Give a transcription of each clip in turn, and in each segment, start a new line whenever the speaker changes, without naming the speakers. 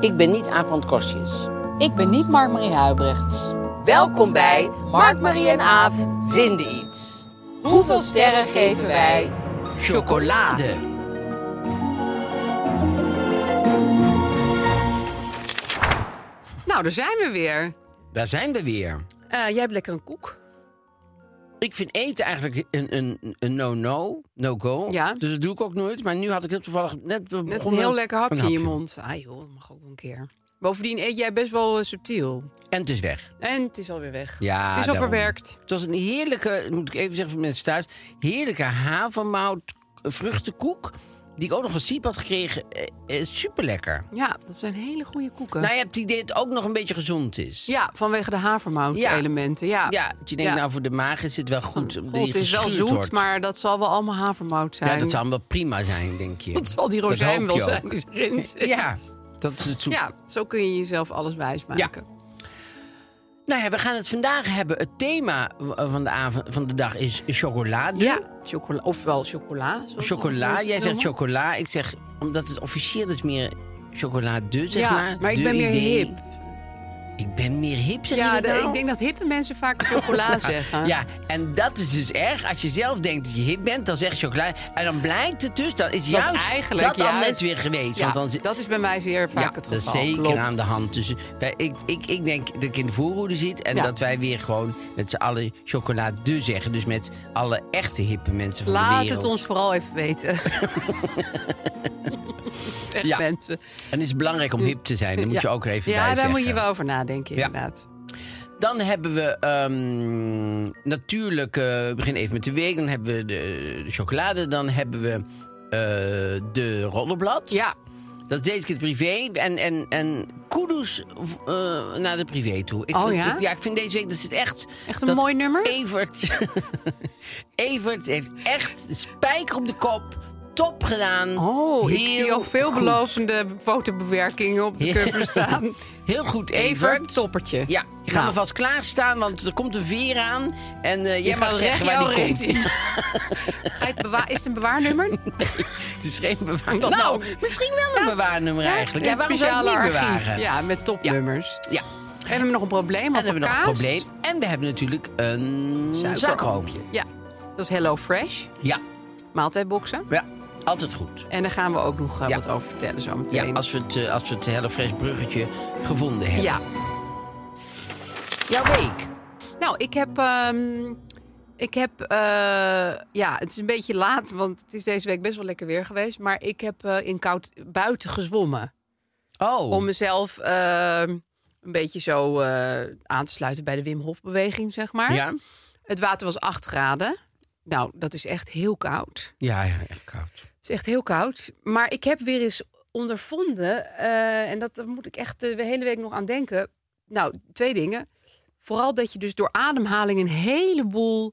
Ik ben niet Aap van Kostjes.
Ik ben niet Mark-Marie Huibrechts.
Welkom bij Mark, Marie en Aaf vinden iets. Hoeveel sterren geven wij? Chocolade.
Nou, daar zijn we weer.
Daar zijn we weer.
Eh, jij hebt lekker een koek.
Ik vind eten eigenlijk een, een, een no-no, no-go.
Ja.
Dus dat doe ik ook nooit. Maar nu had ik het toevallig net... we
Met een
begonnen-
heel lekker hapje,
een
in je mond. Ah joh, dat mag ook wel een keer. Bovendien eet jij best wel eh, subtiel.
En het is weg.
En het is alweer weg.
Ja,
het is al
daarom.
verwerkt.
Het was een heerlijke, moet ik even zeggen voor mensen thuis... heerlijke havermout eh, vruchtenkoek... die ik ook nog van Siep had gekregen. Eh, super lekker.
Ja, dat zijn hele goede koeken.
Nou, je hebt het idee dat het ook nog een beetje gezond is.
Ja, vanwege de havermout-elementen. Ja.
Ja, dat je denkt,
Ja. Oh,
nou voor de maag is het wel goed. omdat
God,
je
het is wel
geschuurd
zoet,
wordt.
maar dat zal wel allemaal havermout zijn.
Ja, dat zal wel prima zijn, denk je.
Dat zal die
Dat
rozijn
hoop
wel
je ook.
zijn die erin zit.
Ja, dat is het zoet.
Ja, zo kun je jezelf alles wijs maken.
Nou ja, we gaan het vandaag hebben. Het thema w- van de, avond, van de dag is chocolade.
Ja, chocola, ofwel chocola. zoals
Chocola.
we
Jij
het
zegt
noemen.
chocola. Ik zeg, omdat het officieel is meer chocolade, zeg
Ja,
maar.
maar ik
De
ben meer
idee.
hip.
Ik ben meer hip, zeg
Ja,
je dat
de-
nou?
ik denk dat hippe mensen vaak chocola zeggen.
Ja, en dat is dus erg. Als je zelf denkt dat je hip bent, dan zeg je chocola. En dan blijkt het dus, dan is
Dat
juist
eigenlijk
dat al
juist-
net weer geweest.
Ja,
want dan, zi-
dat is bij mij zeer vaak
ja,
het
dat
geval.
is zeker
Klopt.
aan de hand. Dus wij, ik, ik, ik denk dat ik in de voorhoede zit en
Ja.
dat wij weer gewoon met z'n allen chocolade zeggen. Dus met alle echte hippe mensen van de
Laat
wereld.
het ons vooral even weten. Echt
Ja.
mensen.
En het is belangrijk om hip te zijn, daar moet je
Ja.
ook er even
Ja,
bij
daar
zeggen.
moet je wel over nadenken,
Ja.
inderdaad.
Dan hebben we ehm, natuurlijk, eh, we beginnen even met de week. Dan hebben we de, de chocolade, dan hebben we eh, de rollenblad.
Ja,
Dat deed ik het privé. En, en, en kudos eh, naar de privé toe. Ik
Oh,
vond-
ja?
Ik, ik vind deze week dat het echt...
Echt een
dat
mooi nummer?
Evert, Evert heeft echt de spijker op de kop. Top gedaan.
oh, ik
Heel
zie al
goed.
veelbelovende fotobewerkingen op de
Ja.
cover staan.
Heel goed, Evert.
Even toppertje.
Ja, ik ga
Nou.
me vast klaarstaan, want er komt een veer aan. En eh,
Je
jij mag
gaat
zeggen
oh, recht
waar die
jouw
komt.
reet in. Ga je het bewa- is het een bewaarnummer?
Het is geen bewaar.
Omdat
Nou,
nou-
misschien wel een bewaarnummer eigenlijk. Ja,
Een
waarom zou je het niet
speciale archief.
bewaren?
Ja, met topnummers.
ja.
We hebben nog een probleem.
En dan hebben we nog een
over kaas.
probleem. En we hebben natuurlijk een
Suikerhoopje.
suikerhoopje.
Ja, dat is Hello Fresh.
Ja,
Maaltijdboxen.
ja, altijd goed.
En daar gaan we ook nog eh,
Ja.
wat over vertellen zometeen.
Ja, als we het, eh, als we het HelloFresh bruggetje gevonden hebben.
Ja.
Jouw week.
Nou, ik heb... ehm, ik heb... eh, ja, het is een beetje laat, want het is deze week best wel lekker weer geweest. Maar ik heb eh, in koud buiten gezwommen.
Oh,
Om mezelf ehm, een beetje zo eh, aan te sluiten bij de Wim Hof beweging, zeg maar.
ja?
Het water was 8 graden. Nou, dat is echt heel koud.
Ja, ja, echt koud.
Het is echt heel koud. Maar ik heb weer eens ondervonden, eh, en dat daar moet ik echt de hele week nog aan denken. Nou, twee dingen. Vooral dat je dus door ademhaling een heleboel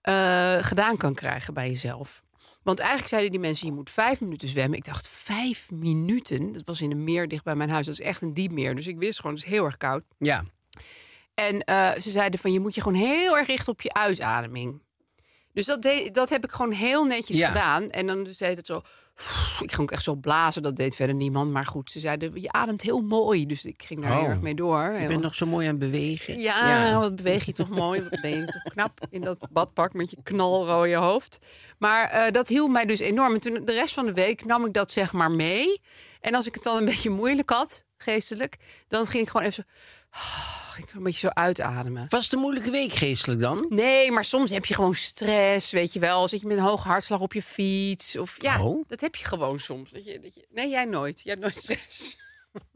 eh, gedaan kan krijgen bij jezelf. Want eigenlijk zeiden die mensen, je moet vijf minuten zwemmen. Ik dacht, vijf minuten? Dat was in een meer dicht bij mijn huis. Dat is echt een diep meer. Dus ik wist gewoon, het is heel erg koud.
Ja,
En eh, ze zeiden van, je moet je gewoon heel erg richten op je uitademing. Dus dat, deed, dat heb ik gewoon heel netjes
Ja.
gedaan. En dan dus deed het zo... Ik ging ook echt zo blazen, dat deed verder niemand. Maar goed, ze zeiden, je ademt heel mooi. Dus ik ging daar
Oh.
heel erg mee door.
Je
Heel-
bent nog zo mooi aan het bewegen.
ja, wat beweeg je toch mooi. Wat ben je toch knap in dat badpak met je knalrode hoofd. Maar eh, dat hielp mij dus enorm. En toen, de rest van de week nam ik dat zeg maar mee. En als ik het dan een beetje moeilijk had, geestelijk... dan ging ik gewoon even zo... ging ik een beetje zo uitademen.
Was het een moeilijke week geestelijk dan?
Nee, maar soms heb je gewoon stress, weet je wel. Zit je met een hoge hartslag op je fiets. Of, ja,
Oh.
dat heb je gewoon soms. Dat je, dat je, nee, jij nooit. Jij hebt nooit stress.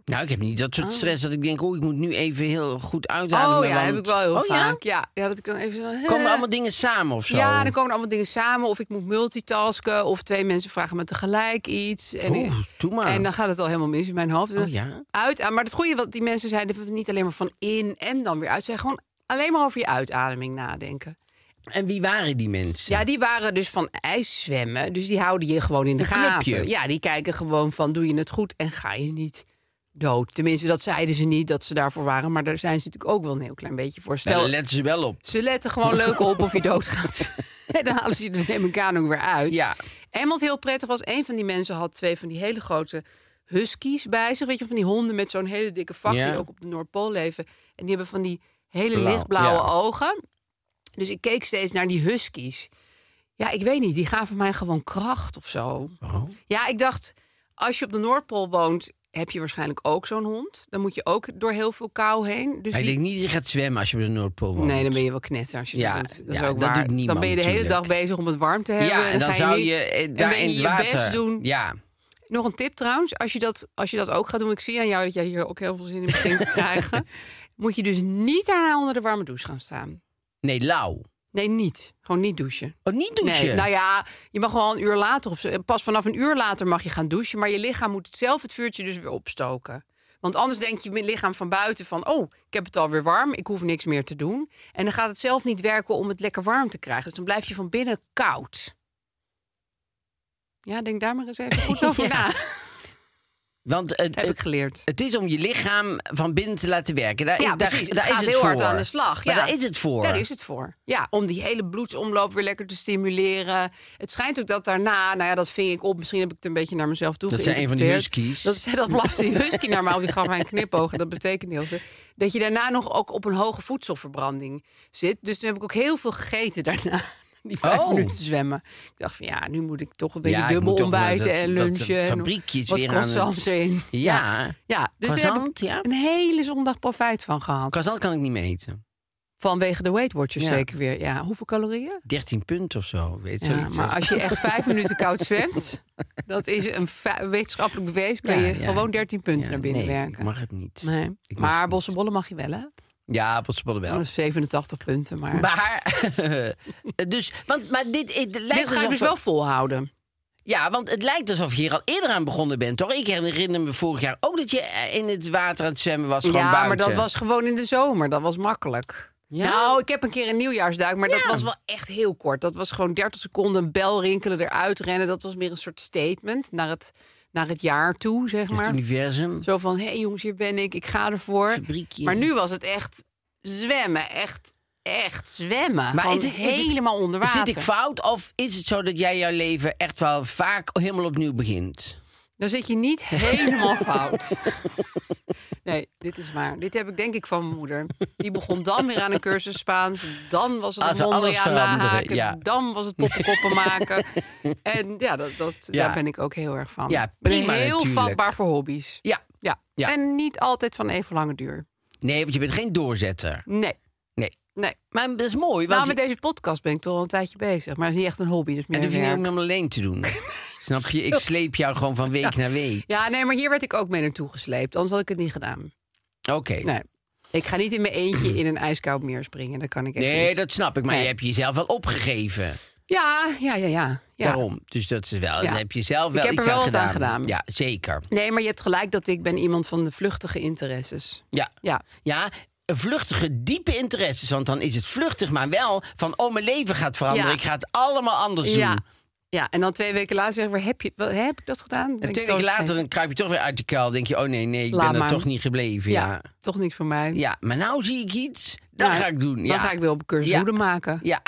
Nou, ik heb niet dat soort stress dat ik denk, oh, ik moet nu even heel goed uitademen.
Oh ja,
want-
heb ik wel heel
Oh,
vaak. Ja? Ja, dat ik dan even zo...
Ja? Komen er allemaal dingen samen of zo?
Ja, dan komen er allemaal dingen samen. Of ik moet multitasken. Of twee mensen vragen me tegelijk iets. En, ik-
Oeh, doe maar.
en dan gaat het al helemaal mis in mijn hoofd.
Oh ja.
Uit, ah, maar het goede wat die mensen zeiden, niet alleen maar van in en dan weer uit. Zijn gewoon alleen maar over je uitademing nadenken.
En wie waren die mensen? Nou,
Ja, die waren dus van ijszwemmen. Dus die houden je gewoon in de
Een
gaten.
clubje.
Ja, die kijken gewoon van doe je het goed en ga je niet dood. Tenminste, dat zeiden ze niet dat ze daarvoor waren. Maar daar zijn ze natuurlijk ook wel een heel klein beetje voor.
Nou,
Stel,
daar letten ze wel op.
ze letten gewoon leuk op of je doodgaat. en dan halen ze je de Nemecaan ook weer uit.
Ja.
En wat heel prettig was, een van die mensen had twee van die hele grote huskies bij zich. Weet je, van die honden met zo'n hele dikke vacht
Ja.
die ook op de Noordpool leven. En die hebben van die hele
Blauw,
lichtblauwe
ja.
ogen. Dus ik keek steeds naar die huskies. Ja, ik weet niet, die gaven mij gewoon kracht of zo.
Oh.
Ja, ik dacht, als je op de Noordpool woont, heb je waarschijnlijk ook zo'n hond. Dan moet je ook door heel veel kou heen. Dus
ik
die-
denk niet dat je gaat zwemmen als je bij de Noordpool woont.
Nee, dan ben je wel knetter als je
Ja,
dat doet. Dat
ja,
is ook
dat
waar.
doet niemand
dan ben je de hele dag
natuurlijk.
bezig om het warm te hebben.
Ja, en dan
ga
zou
niet-
je eh,
dan
daar
ben
in
je
het
je
water.
best doen.
Ja.
Nog een tip trouwens, als je, dat, als je dat ook gaat doen. Ik zie aan jou dat jij hier ook heel veel zin in begint te krijgen. Moet je dus niet daarna onder de warme douche gaan staan.
Nee, lauw.
Nee, niet. Gewoon niet douchen.
Oh, niet douchen.
Nee, nou ja, je mag wel een uur later of zo. Pas vanaf een uur later mag je gaan douchen. Maar je lichaam moet het zelf het vuurtje dus weer opstoken. Want anders denkt je lichaam van buiten van... oh, ik heb het alweer warm, ik hoef niks meer te doen. En dan gaat het zelf niet werken om het lekker warm te krijgen. Dus dan blijf je van binnen koud. Ja, denk daar maar eens even goed over
Ja.
na.
Want het,
Heb ik
het,
geleerd.
het is om je lichaam van binnen te laten werken. Daar,
Ja,
daar,
precies.
daar
het gaat
is het
heel
voor.
hard aan de slag.
Maar
ja.
daar is het voor.
Daar is het voor. Ja, om die hele bloedsomloop weer lekker te stimuleren. Het schijnt ook dat daarna, nou ja, dat ving ik op. Misschien heb ik het een beetje naar mezelf toe
Dat zijn een van die
geïnterpreteerd.
huskies.
Dat, is- dat blafte die husky naar me op. Die gaf mij een knipoog. en Dat betekent heel veel. Dat je daarna nog ook op een hoge voedselverbranding zit. Dus toen heb ik ook heel veel gegeten daarna. Die vijf
Oh.
minuten zwemmen. Ik dacht van ja, nu moet ik toch een beetje
Ja, ik
dubbel
moet toch wel
ontbijten
dat-
en
dat
lunchen. en
fabriekje iets
wat
weer aan het-
croissants erin.
Ja.
Ja, dus daar heb ik
Croissant, ja?
een hele zondag profijt van gehad.
Croissant kan ik niet meer eten.
Vanwege de Weight Watchers
Ja.
zeker weer. Ja, hoeveel calorieën?
13 punten of zo. Weet je dus-
Ja, maar als je echt vijf minuten koud zwemt, dat is een fa- wetenschappelijk bewijs, kan je gewoon 13 punten naar binnen
nee,
werken.
Ik mag het niet.
nee.
Ik mag
Maar
het
bossenbollen mag je wel, hè?
niet. Ja, potspodden wel.
Dat is 87 punten, maar...
Maar, dus, want, maar dit, het lijkt
Dit ga je
alsof
dus
we-
wel volhouden.
Ja, want het lijkt alsof je hier al eerder aan begonnen bent, toch? Ik herinner me vorig jaar ook dat je eh, in het water aan het zwemmen was, gewoon
ja,
buiten.
maar dat was gewoon in de zomer. Dat was makkelijk.
Ja?
Nou, ik heb een keer een nieuwjaarsduik, maar dat was wel echt heel kort. Dat was gewoon 30 seconden een bel rinkelen, eruit rennen. Dat was meer een soort statement naar het, naar het jaar toe, zeg
Het
maar.
universum.
Zo van, hé hey jongens, hier ben ik, ik ga ervoor.
Fabriekje.
Maar nu was het echt zwemmen, echt, echt zwemmen.
Maar
Maar
is het- is het-
helemaal onder water.
Zit ik fout of is het zo dat jij jouw leven echt wel vaak helemaal opnieuw begint?
Dan zit je niet helemaal fout. Nee, dit is waar. Dit heb ik denk ik van mijn moeder. Die begon dan weer aan een cursus Spaans. Dan was het
Als we
een
alles
Mondriaan
veranderen,
nahaken.
ja.
Dan was het poppenkoppen maken. En ja, dat, dat,
Ja.
daar ben ik ook heel erg van.
Ja,
Ik ben
prima
heel
natuurlijk.
vatbaar voor hobby's.
Ja.
Ja.
Ja.
En niet altijd van even lange duur.
Nee, want je bent geen doorzetter.
Nee,
Nee.
nee.
Maar dat is mooi, want
Nou, met deze podcast ben ik toch al een tijdje bezig. Maar dat is niet echt een hobby, dat is
en
meer
dat hoef je niet
werk.
ook nog maar alleen te doen. Snap je? Ik sleep jou gewoon van week naar week.
Ja, nee, maar hier werd ik ook mee naartoe gesleept. Anders had ik het niet gedaan.
Oké.
Nee. Ik ga niet in mijn eentje in een ijskoud meer springen. Dat kan ik echt
Nee,
niet.
dat snap ik. Maar je
Nee.
hebt jezelf wel opgegeven.
Ja, ja, ja, ja. ja.
Daarom. Dus dat is wel.
Ja.
Dan heb je zelf
Ik
wel
heb er
iets
wel
aan,
wat
gedaan.
aan gedaan.
Ja, zeker.
Nee, maar je hebt gelijk dat ik ben iemand van de vluchtige interesses.
Ja.
Ja.
Ja, vluchtige, diepe interesses. Want dan is het vluchtig, maar wel van... oh, mijn leven gaat veranderen.
Ja.
Ik ga het allemaal anders
Ja.
doen.
Ja, en dan twee weken later zeggen we, heb, je, wel, heb ik dat gedaan? Ben
En
ik
twee weken
dood
later
vergeten.
dan kruip je toch weer uit de kuil. denk je, oh nee, nee, ik
Laat
ben er
maar.
toch niet gebleven. Ja.
Ja,
ja.
toch niks voor mij.
maar nou zie ik iets. Dat
Nou,
ga ik doen.
Dan
Ja.
ga ik wel op cursus
Ja.
hoeden maken.
Ja.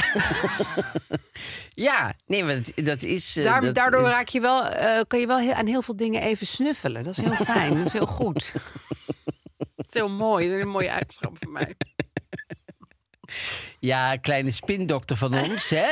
ja, nee, maar dat, dat is... eh,
Daar-
dat
daardoor
is-
raak je wel, eh, kan je wel heel- aan heel veel dingen even snuffelen. Dat is heel fijn, dat is heel goed. Dat is heel mooi, dat is een mooie eigenschap voor mij.
Ja, kleine spindokter van ons, hè?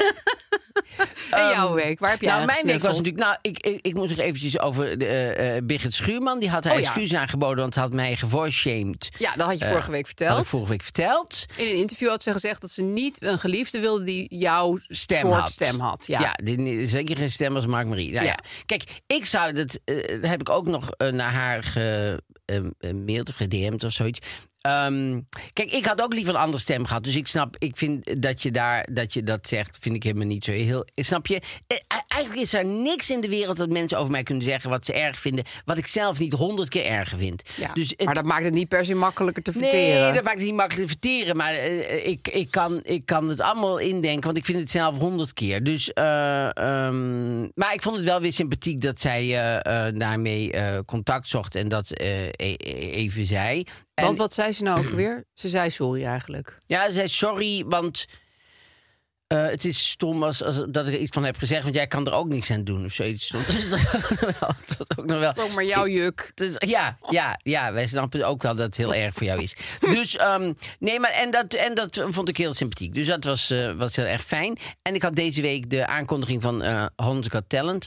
En jouw Ehm, week, waar heb jij
Nou,
aan
mijn week was
gesnuffeld?
natuurlijk... Nou, ik, ik, ik moet nog eventjes over de, eh, eh, Birgit Schuurman. Die had haar
Oh, ja.
excuses aangeboden, want ze had mij gevorshamed.
Ja, dat had je vorige week
Eh, Had ik
verteld.
vorige week verteld.
In een interview had ze gezegd dat ze niet een geliefde wilde die jouw
Stem
soort
had.
stem had. Ja.
dit is zeker geen stem als Mark Marie. Nou, ja.
Ja.
Kijk, ik zou dat... eh, daar heb ik ook nog eh, naar haar gemaild of gedm'd of zoiets. Ehm, kijk, ik had ook liever een andere stem gehad. Dus ik snap, ik vind dat je, daar, dat, je dat zegt, vind ik helemaal niet zo heel... Snap je? Eh, eh, Eigenlijk is er niks in de wereld dat mensen over mij kunnen zeggen wat ze erg vinden. Wat ik zelf niet honderd keer erger vind.
Ja,
Dus het-
maar dat maakt het niet per se makkelijker te verteren.
Nee, dat maakt het niet makkelijk te verteren. Maar eh, ik, ik, kan, ik kan het allemaal indenken, want ik vind het zelf honderd keer. Dus, eh, ehm, maar ik vond het wel weer sympathiek dat zij eh, eh, daarmee eh, contact zocht en dat eh, e- e- even zei. En,
Want wat zei ze nou ook weer? Ze zei sorry eigenlijk.
Ja, ze zei sorry, want eh, het is stom als, als, dat ik er iets van heb gezegd, want jij kan er ook niks aan doen of zoiets. Dat was ook nog wel.
Zo maar jouw juk.
Dus, ja, ja, ja, wij snappen ook wel dat het heel erg voor jou is. Dus ehm, nee, maar en dat, en dat vond ik heel sympathiek. Dus dat was, eh, was heel erg fijn. En ik had deze week de aankondiging van eh Holland's Got Talent.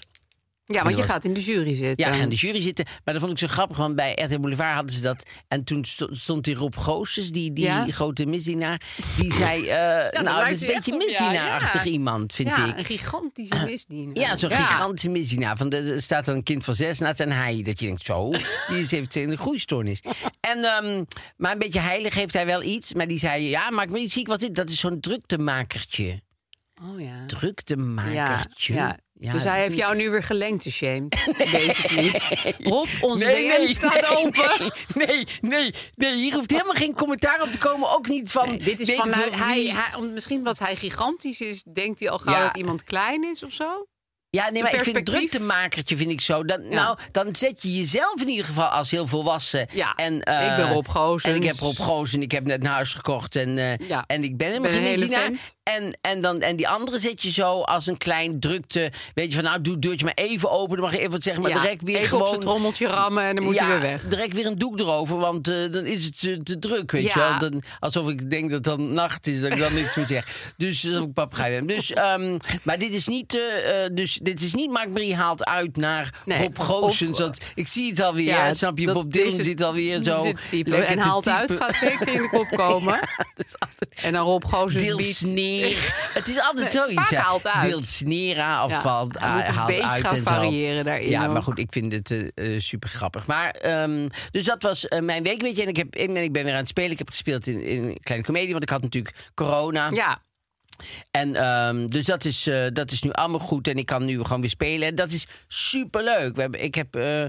Ja,
dat
want je
was-
gaat in de jury zitten.
Ja, gaan de jury zitten. Maar dat vond ik zo grappig, want bij RTL Boulevard hadden ze dat. En toen sto- stond die Rob Goossens, die, die
Ja.
grote misdienaar, die zei... eh, nou, dat
lijkt
is een
u echt
beetje
op, ja,
misdienaarachtig
ja.
iemand, vind
Ja,
ik.
een gigantische misdiener.
Ja, zo'n gigantische misdienaar. Van, de- er staat dan een kind van zes naast en hij. Dat je denkt, zo, die is heeft een groeistoornis. En, ehm, maar een beetje heilig heeft hij wel iets. Maar die zei, ja, maak me niet ziek. Wat is dit? Dat is zo'n druktemakertje.
Oh ja. Ja,
Druktemakertje.
ja. dus
dat
hij heeft
vind
jou nu weer gelengte shamed. basically. Rob, onze
Nee,
DM
nee,
staat
nee,
open.
Nee, nee, nee, nee, hier hoeft helemaal geen commentaar op te komen. Ook niet van...
Nee, dit is
weet ik
vanuit,
veel
hij,
wie.
hij, om- misschien wat hij gigantisch is, denkt hij al gauw
Ja.
dat iemand klein is of zo.
Ja, nee, maar ik vind het
perspectief.
druktemakertje vind ik zo. Dan, Nou, dan zet je jezelf in ieder geval als heel volwassen.
Ja,
en, eh,
ik ben Rob Goossens.
En ik heb Rob Goos en ik heb net een huis gekocht. En, eh,
Ja,
en ik ben helemaal
ben
geen
een hele
misdienaar.
vent.
En, en, dan, en die andere zet je zo als een klein drukte. Weet je van, nou, doe het deurtje maar even open. Dan mag je even wat zeggen, maar
Ja,
direct weer
even
gewoon...
op zijn trommeltje rammen en dan moet
ja,
hij weer weg.
direct weer een doek erover, want eh, dan is het eh, te druk, weet
Ja.
je wel. Dan, alsof ik denk dat het dan nacht is, dat ik dan niks meer zeg. Dus dat ik papegaai ben. Dus, ehm, maar dit is niet, eh, eh, dus, dit is niet Mark Marie haalt uit naar
Nee,
Rob Goossens.
of-
want ik zie het alweer,
Ja,
ja, snap je?
dat
Bob Dylan
is het-
zit alweer zo
zit te typen.
lekker
En
te
haalt uit,
typen.
gaat zeker in de kop komen.
dat is altijd-
En dan Rob Goossens
Deel
biedt-
sneer. Het is altijd
Nee, het is
zoiets.
vaak
hè.
haalt uit.
Deel snera of
Ja,
valt,
hij moet een
haalt
beetje
uit
gaan
en zo.
variëren daarin
Ja, maar
ook.
goed, ik vind het eh, eh, super grappig. Maar, ehm, dus dat was eh, mijn week, weet je. En ik, heb, en ik ben weer aan het spelen. Ik heb gespeeld in, in Kleine Comedie, want ik had natuurlijk corona.
Ja,
En ehm, dus dat is, eh, dat is nu allemaal goed. En ik kan nu gewoon weer spelen. En dat is superleuk. We hebben, ik heb eh,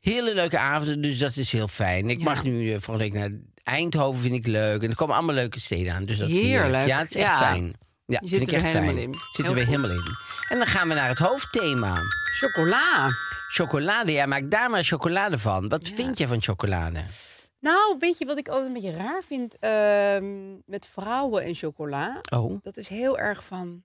hele leuke avonden, dus dat is heel fijn. Ik mag nu eh, volgende week naar Eindhoven, vind ik leuk. En er komen allemaal leuke steden aan. Dus dat is
Heerlijk.
Ja, het is echt
Ja.
fijn. Ja,
Je
vind
zit
ik
er
echt
helemaal
fijn.
in.
Zitten
Heel
we
goed.
helemaal in. En dan gaan we naar het hoofdthema.
chocola.
Chocolade. Ja, maak daar maar chocolade van. Wat vind je van chocolade?
Nou, weet je wat ik altijd een beetje raar vind ehm, met vrouwen en chocola?
Oh.
Dat is heel erg van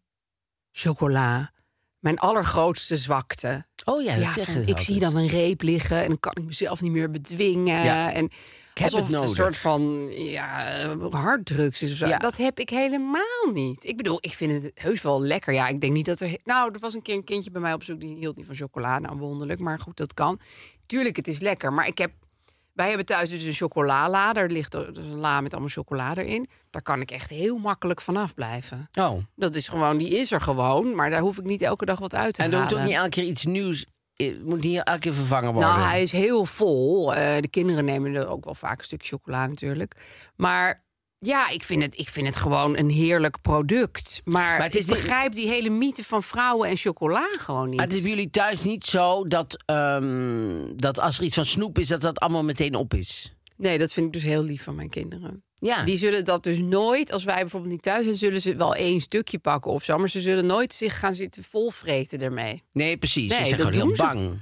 chocola. Mijn allergrootste zwakte.
Oh ja, dat
Ja,
zeggen
van,
ze
ik zie
altijd.
dan een reep liggen en dan kan ik mezelf niet meer bedwingen.
Ja.
En
heb
alsof
het
een
nodig.
soort van ja, eh, harddrugs is of zo.
Ja.
Dat heb ik helemaal niet. Ik bedoel, ik vind het heus wel lekker. Ja, ik denk niet dat er... Nou, er was een keer een kindje bij mij op zoek... die hield niet van chocola. Nou, wonderlijk, maar goed, dat kan. Tuurlijk, het is lekker, maar ik heb... Wij hebben thuis dus een chocolala. Daar ligt er- dus een la met allemaal chocola erin. Daar kan ik echt heel makkelijk vanaf blijven.
Oh.
Dat is gewoon, die is er gewoon. Maar daar hoef ik niet elke dag wat uit te
En er
halen.
hoeft ook niet elke keer iets nieuws... eh, moet niet elke keer vervangen worden.
Nou, hij is heel vol. Eh, de kinderen nemen er ook wel vaak een stuk chocola natuurlijk. Maar ja, ik vind het, ik vind het gewoon een heerlijk product. Maar,
Maar het is
ik
niet-
begrijp die hele mythe van vrouwen en chocola gewoon niet.
Maar het is bij jullie thuis niet zo dat, ehm, dat als er iets van snoep is, dat dat allemaal meteen op is.
Nee, dat vind ik dus heel lief van mijn kinderen.
Ja.
Die zullen dat dus nooit, als wij bijvoorbeeld niet thuis zijn, zullen ze wel één stukje pakken of zo. Maar ze zullen nooit zich gaan zitten volvreten ermee.
Nee, precies.
Nee,
ze zijn
dat
gewoon heel
doen ze.
bang.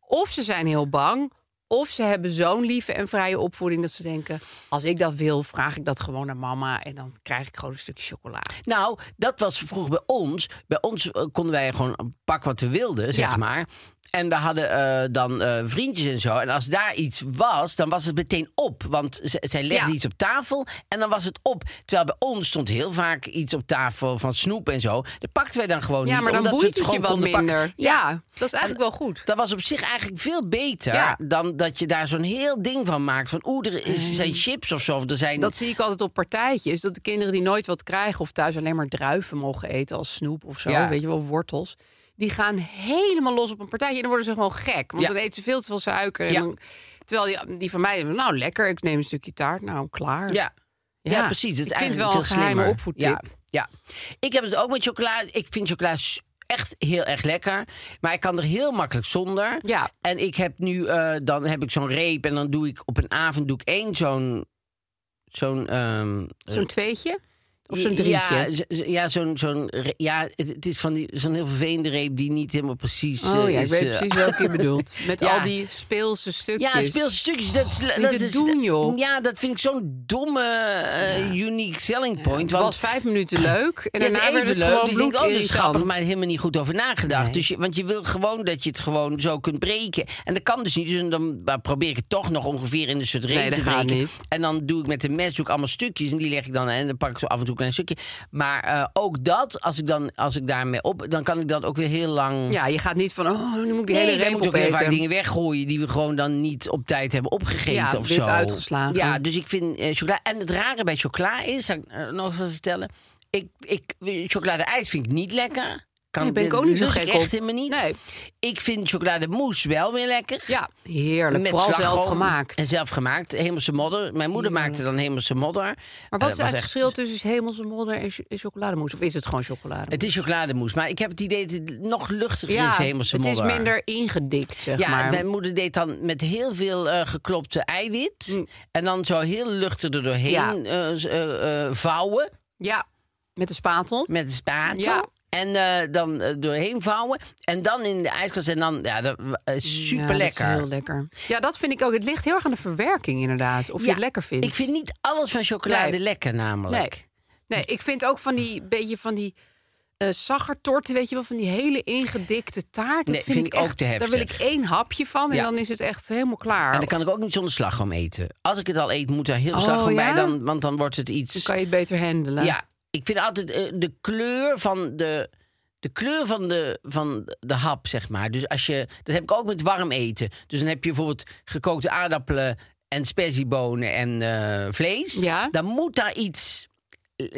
Of ze zijn heel bang, of ze hebben zo'n lieve en vrije opvoeding dat ze denken: als ik dat wil, vraag ik dat gewoon aan mama en dan krijg ik gewoon een stukje chocola.
Nou, dat was vroeger bij ons. Bij ons eh, konden wij gewoon pak wat we wilden, zeg
Ja.
maar. En we hadden eh, dan eh, vriendjes en zo. En als daar iets was, dan was het meteen op. Want ze- zij legde
Ja.
iets op tafel en dan was het op. Terwijl bij ons stond heel vaak iets op tafel van snoep en zo. Dat pakten wij dan gewoon
Ja,
niet.
maar dan
omdat we
boeit
het
het je
gewoon
wat
konden
minder.
pakken.
Ja, dat is eigenlijk wel goed.
Dat was op zich eigenlijk veel beter
Ja.
dan dat je daar zo'n heel ding van maakt. Van oeh, er is- zijn chips of zo. Of er zijn...
Mm. Dat zie ik altijd op partijtjes. Dat de kinderen die nooit wat krijgen of thuis alleen maar druiven mogen eten als snoep of zo,
Ja.
weet je wel, wortels. Die gaan helemaal los op een partijtje en dan worden ze gewoon gek. Want
Ja.
dan eten ze veel te veel suiker. En
Ja.
dan- terwijl die, die van mij, nou lekker, ik neem een stukje taart, nou klaar.
Ja. Ja,
Ja,
precies. Dat is
ik vind
eigenlijk
wel een
veel
geheime
slimmer.
opvoedtip.
Ja, ja. Ik heb het ook met chocola. Ik vind chocola s- echt heel erg lekker. Maar ik kan er heel makkelijk zonder.
Ja.
En ik heb nu, eh, dan heb ik zo'n reep. En dan doe ik op een avond doe ik één zo'n... Zo'n... ehm,
Zo'n tweetje of zo'n
ja,
drietje.
z- z- ja, zo'n, zo'n, re- ja, het, het is van die, zo'n heel vervelende reep die niet helemaal precies
oh
eh,
ja, ik
is,
weet
eh,
precies welke je bedoelt. Met
Ja.
al die speelse stukjes.
Ja, speelse stukjes. Dat, is-
niet
dat
te
is,
doen, joh.
Ja, dat vind ik zo'n domme, eh, unique selling point.
Het
want
was vijf minuten leuk en
Ja,
daarna werd
even
het
leuk.
gewoon
Ik denk, oh, dit is grappig,
bloedirritant.
maar helemaal niet goed over nagedacht.
Nee.
Dus je, want je wil gewoon dat je het gewoon zo kunt breken. En dat kan dus niet. Dus dan maar probeer ik het toch nog ongeveer in een soort reep
Nee,
te
dat gaat
breken.
niet.
En dan doe ik met een mes zoek allemaal stukjes. En die leg ik dan en dan pak ik zo af en toe een klein stukje. Maar eh, ook dat, als ik, dan, als ik daarmee op... Dan kan ik dat ook weer heel lang...
Ja, je gaat niet van, oh, nu moet ik de
Nee,
hele
wij
reep
moeten ook heel vaak
opeten.
dingen weggooien die we gewoon dan niet op tijd hebben opgegeten
Ja,
of
wit
zo.
uitgeslagen.
Ja, dus ik vind eh, chocola. En het rare bij chocola is, zal ik eh, nog even vertellen. Ik, ik, chocoladeijs vind ik niet lekker. Kan,
Nee, ben ik ook niet zo
lust
gek
ik
op.
echt helemaal niet.
Nee.
Ik vind chocolademousse wel weer lekker.
Ja, heerlijk.
Met
Vooral
slagroom
zelf gemaakt.
En zelf gemaakt. Hemelse modder. Mijn moeder maakte dan hemelse modder.
Maar
dat
wat
was
is eigenlijk
echt-
het verschil tussen hemelse modder en, cho- en chocolademousse? Of is het gewoon chocolade?
Het is chocolademousse. Maar ik heb het idee dat het nog luchtiger
ja,
is, hemelse
het
modder.
is minder ingedikt, zeg
Ja,
maar.
mijn moeder deed dan met heel veel eh, geklopte eiwit. En dan zo heel luchtig er doorheen
Mm. Ja.
eh, z- eh, eh, vouwen
Ja, met de spatel.
met de spatel.
Ja.
En eh, dan eh, doorheen vouwen. En dan in de ijskast. En dan, ja, dat, eh, super lekker.
Ja, dat is heel lekker. Ja, dat vind ik ook. Het ligt heel erg aan de verwerking inderdaad. Of je het lekker vindt.
Ik vind niet alles van chocolade
Nee.
lekker namelijk.
Nee. Nee, ik vind ook van die beetje van die eh saggertorten, weet je wel, van die hele ingedikte taart. Dat
Nee,
vind,
vind ik ook
echt,
te
Daar wil ik
heftig.
één hapje van en
Ja.
dan is het echt helemaal klaar.
En dan kan ik ook niet zonder slagroom eten. Als ik het al eet, moet er heel veel
Oh,
slagroom bij.
ja?
Dan, want dan wordt het
Dan
iets...
kan je het beter handelen.
Ja, ik vind altijd eh, de kleur van de. De kleur van de, van de hap, zeg maar. Dus als je. Dat heb ik ook met warm eten. Dus dan heb je bijvoorbeeld gekookte aardappelen. en sperziebonen en eh, vlees.
Ja.
Dan moet daar iets.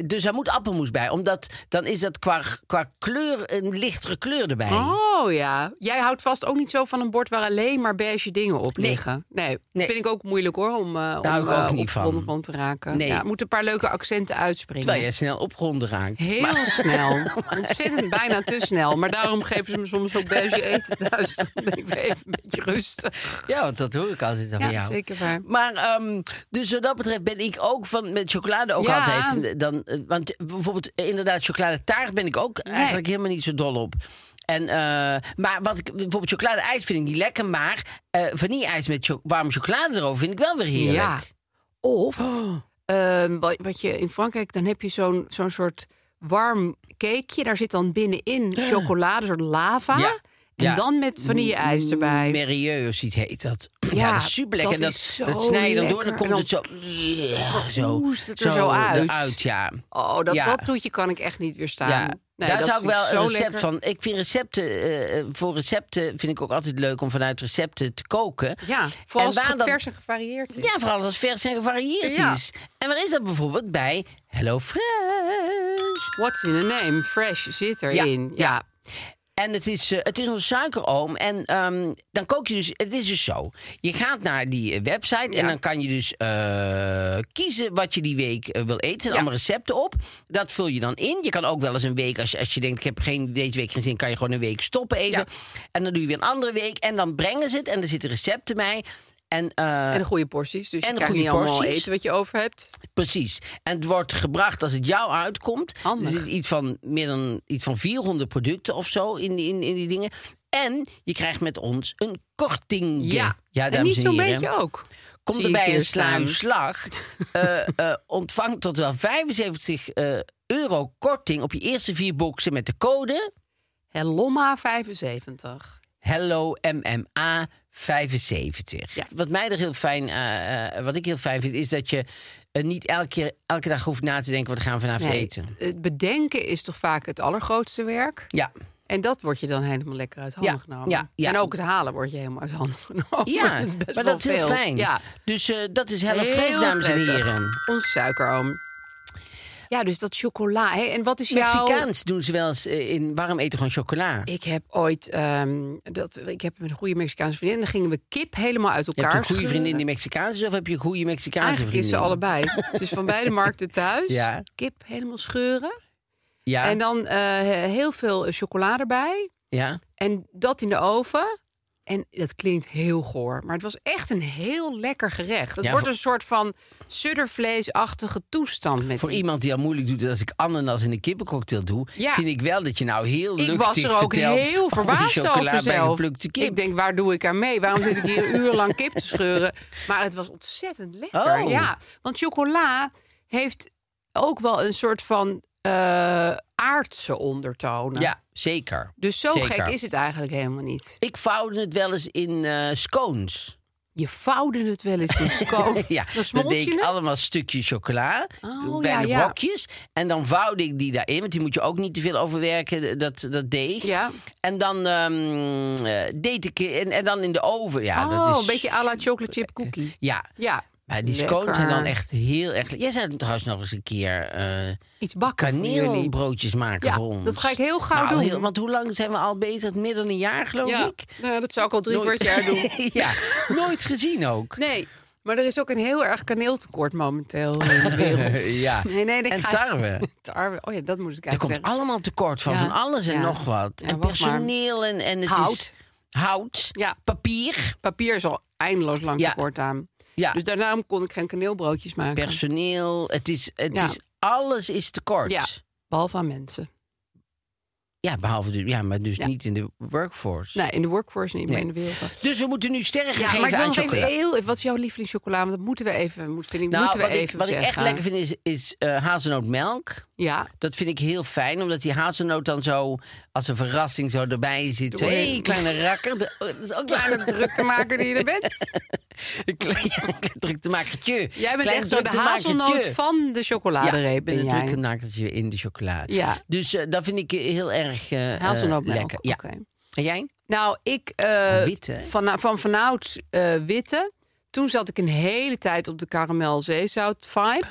Dus daar moet appelmoes bij. Omdat dan is dat qua, qua kleur een lichtere kleur erbij.
Oh ja. Jij houdt vast ook niet zo van een bord waar alleen maar beige dingen op liggen. Nee,
Nee.
vind ik ook moeilijk hoor om, eh om
hou ik
eh,
ook niet van.
opgewonden van te raken.
Nee.
Ja, er moeten een paar leuke accenten uitspringen.
Terwijl je snel opgewonden raakt.
Heel
Maar-
snel. Ontzettend bijna te snel. Maar daarom geven ze me soms ook beige eten thuis. Dan ben ik weer even een beetje rustig.
Ja, want dat hoor ik altijd al
Ja,
van jou.
zeker waar.
Maar ehm, dus wat dat betreft ben ik ook van met chocolade ook
Ja.
altijd. Dan, eh, want bijvoorbeeld eh, inderdaad chocoladetaart ben ik ook eigenlijk helemaal niet zo dol op. En, eh, maar wat ik, bijvoorbeeld chocoladeijs vind ik niet lekker, maar eh vanille-ijs met cho- warme chocolade erover vind ik wel weer heerlijk.
Ja. Of ehm, wat, wat je in Frankrijk, dan heb je zo'n zo'n soort warm cakeje. Daar zit dan binnenin chocolade, een soort lava.
Ja.
En
Ja.
dan met vanille-ijs erbij.
Merieux of zoiets heet dat. Ja,
Ja,
dat is super lekker.
dat
Dat,
is
dat,
zo
snij je dan door en dan
lekker.
komt
En
het zo... Ja, zo
oest het er zo uit.
eruit, ja.
Oh, dat,
Ja.
dat toetje kan ik echt niet weerstaan.
Ja,
Nee,
daar
dat
zou ik
vind
wel
zo
een recept
lekker.
van. Ik vind recepten eh, eh, voor recepten vind ik ook altijd leuk om vanuit recepten te koken.
Ja, vooral
En
als
waar
het
dan-
vers en gevarieerd is.
Ja, vooral als vers en gevarieerd
Ja.
is. En waar is dat bijvoorbeeld bij Hello Fresh?
What's in the name? Fresh zit erin. Ja, ja.
En het is, eh, het is een suikeroom. En ehm, dan kook je dus. Het is dus zo. Je gaat naar die eh, website. En
Ja.
dan kan je dus eh, kiezen wat je die week eh, wil eten. Er zijn allemaal recepten op. Dat vul je dan in. Je kan ook wel eens een week. Als je, als je denkt, ik heb geen, deze week geen zin. Kan je gewoon een week stoppen even. En dan doe je weer een andere week. En dan brengen ze het. En er zitten recepten bij. En, eh,
en goede porties. Dus
en
je krijgt
goede
niet allemaal
porties.
eten wat je over hebt.
Precies. En het wordt gebracht als het jou uitkomt.
Handig.
Er zit iets van meer dan iets van 400 producten of zo in, die- in, in die dingen. En je krijgt met ons een korting.
Ja, en
dames
niet
en
zo'n
heren.
beetje ook.
Komt
Zie
er
ik
bij
hier
een
staan.
sluimslag. eh eh ontvangt tot wel 75 eh, euro korting op je eerste vier boxen met de code
Helomma 75.
Hello MMA 75.
Ja.
Wat mij er heel fijn, eh, eh, wat ik heel fijn vind, is dat je eh, niet elke, keer, elke dag hoeft na te denken wat gaan we vanavond
Nee,
eten.
Het bedenken is toch vaak het allergrootste werk.
Ja.
En dat wordt je dan helemaal lekker uit handen
Ja,
genomen.
ja, ja.
En ook het halen wordt je helemaal uit handen genomen.
Ja,
Dat is best
maar
wel
dat is heel
veel.
fijn.
Ja.
Dus eh, dat is Hello Fresh,
Heel
dames en
prettig. Nou-
heren.
Ons suikeroom. Ja, dus dat chocola. Hé, en wat is jouw...
Mexicaans doen ze wel eens eh, in warm eten gewoon chocola.
Ik heb ooit... ehm, dat, ik heb een goede Mexicaanse vriendin. En dan gingen we kip helemaal uit
Je
elkaar
hebt een goede
scheuren.
vriendin die Mexicaans is of heb je een goede Mexicaanse
Eigenlijk is
vriendin?
ze allebei. dus van beide markten thuis.
Ja.
Kip helemaal scheuren.
Ja,
En dan eh, heel veel chocola erbij.
ja.
En dat in de oven. En dat klinkt heel goor. Maar het was echt een heel lekker gerecht. Het
Ja,
wordt
voor-
een soort van suddervleesachtige toestand. Met
Voor
die-
iemand die al moeilijk doet als ik ananas in een kippencocktail doe,
Ja.
vind ik wel dat je nou heel luchtig
Ik was er ook
vertelt
heel
over
verbaasd
chocola
over
bij
zelf.
geplukte kip.
Ik denk, waar doe ik aan mee? Waarom zit ik hier urenlang kip te scheuren? Maar het was ontzettend lekker.
Oh.
Ja, want chocola heeft ook wel een soort van eh, aardse ondertonen.
Ja, zeker.
Dus zo
Zeker.
gek is het eigenlijk helemaal niet.
Ik vouwde het wel eens in eh, scones.
Je vouwde het wel eens in scoop.
Ja,
dan
dan
smolt
deed
je
ik
het.
allemaal stukjes chocola,
Oh,
bij
ja,
de
ja.
brokjes. En dan vouwde ik die daarin, want die moet je ook niet te veel overwerken, dat, dat deeg.
Ja.
En dan ehm, eh, deed ik, en, en dan in de oven. Ja,
oh,
dat is,
een beetje à la chocolate chip cookie.
Ja,
Ja,
maar die
Lekker.
scones zijn dan echt heel erg... Jij zou trouwens nog eens een keer eh
iets bakken voor jullie.
kaneelbroodjes maken
Ja,
voor ons.
dat ga ik heel gauw
Nou,
doen.
want hoe lang zijn we al bezig? Meer dan een jaar, geloof
Ja,
ik?
nou ja, dat zou ik al drie kwart jaar doen.
ja, nooit gezien ook.
Nee, maar er is ook een heel erg kaneeltekort momenteel in de wereld.
Ja.
Nee, nee, ik
En
ga-
tarwe.
Tarwe. Oh ja, dat moest ik
Er
eigenlijk
komt
zeggen.
allemaal tekort van,
Ja.
van alles en
Ja.
nog wat.
Ja,
en
wacht maar.
personeel en, en het is
Hout.
hout,
Ja.
papier,
Papier is al eindeloos lang
Ja.
tekort aan.
ja.
Dus daarnaam kon ik geen kaneelbroodjes maken.
personeel. Het is, het
Ja.
is, alles is tekort.
Ja. Behalve aan mensen.
Ja, behalve dus, ja, maar dus
Ja.
niet in de workforce.
Nee, in de workforce niet,
Nee.
maar in de wereld.
Dus we moeten nu sterren
Ja,
geven
maar ik wil
aan
nog even
chocola.
heel even... Wat is jouw lievelingschocola? Want dat moeten we even... Moet, vind ik,
nou,
moeten we
wat, ik,
even
wat ik echt
zeggen.
lekker vind is, is eh, hazelnootmelk.
Ja,
Dat vind ik heel fijn, omdat die hazelnoot dan zo als een verrassing zo erbij zit. Zo,
Doorheen.
hey, kleine rakker. De- oh, Dat is ook
kleine druktemaker die je er bent.
Een klein druktemakertje.
Jij bent
Klein
echt zo de
druktemakertje.
hazelnoot van de
Ja, ik
chocoladereep.
ben
ben
een
jij.
druktemakertje in de chocolade.
Ja.
Dus eh, dat vind ik eh, heel erg eh, eh,
Hazelnootmelk,
lekker. Ja.
oké.
En jij?
Nou, ik eh,
Witte, hè?
van, van vanouds eh, witte. Toen zat ik een hele tijd op de karamel zeezout vibe.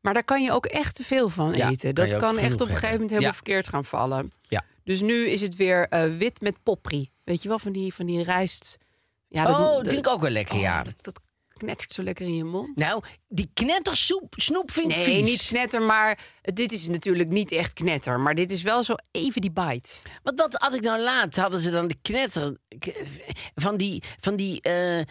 Maar daar kan je ook echt te veel van
Ja, kan
eten. Dat
je ook
kan, echt
genoeg
op een gegeven
hebben.
moment helemaal
Ja.
verkeerd gaan vallen.
Ja.
Dus nu is het weer eh, wit met popri. Weet je wel, van die, van die rijst... Ja,
oh, dat vind ik ook wel lekker,
oh,
ja.
Dat, dat knettert zo lekker in je mond.
Nou, die knettersoep, snoep vind ik
Nee,
vies.
niet knetter, maar dit is natuurlijk niet echt knetter. Maar dit is wel zo even die bite.
Want wat had ik nou laat? Hadden ze dan de knetter k- van die, van die eh, eh,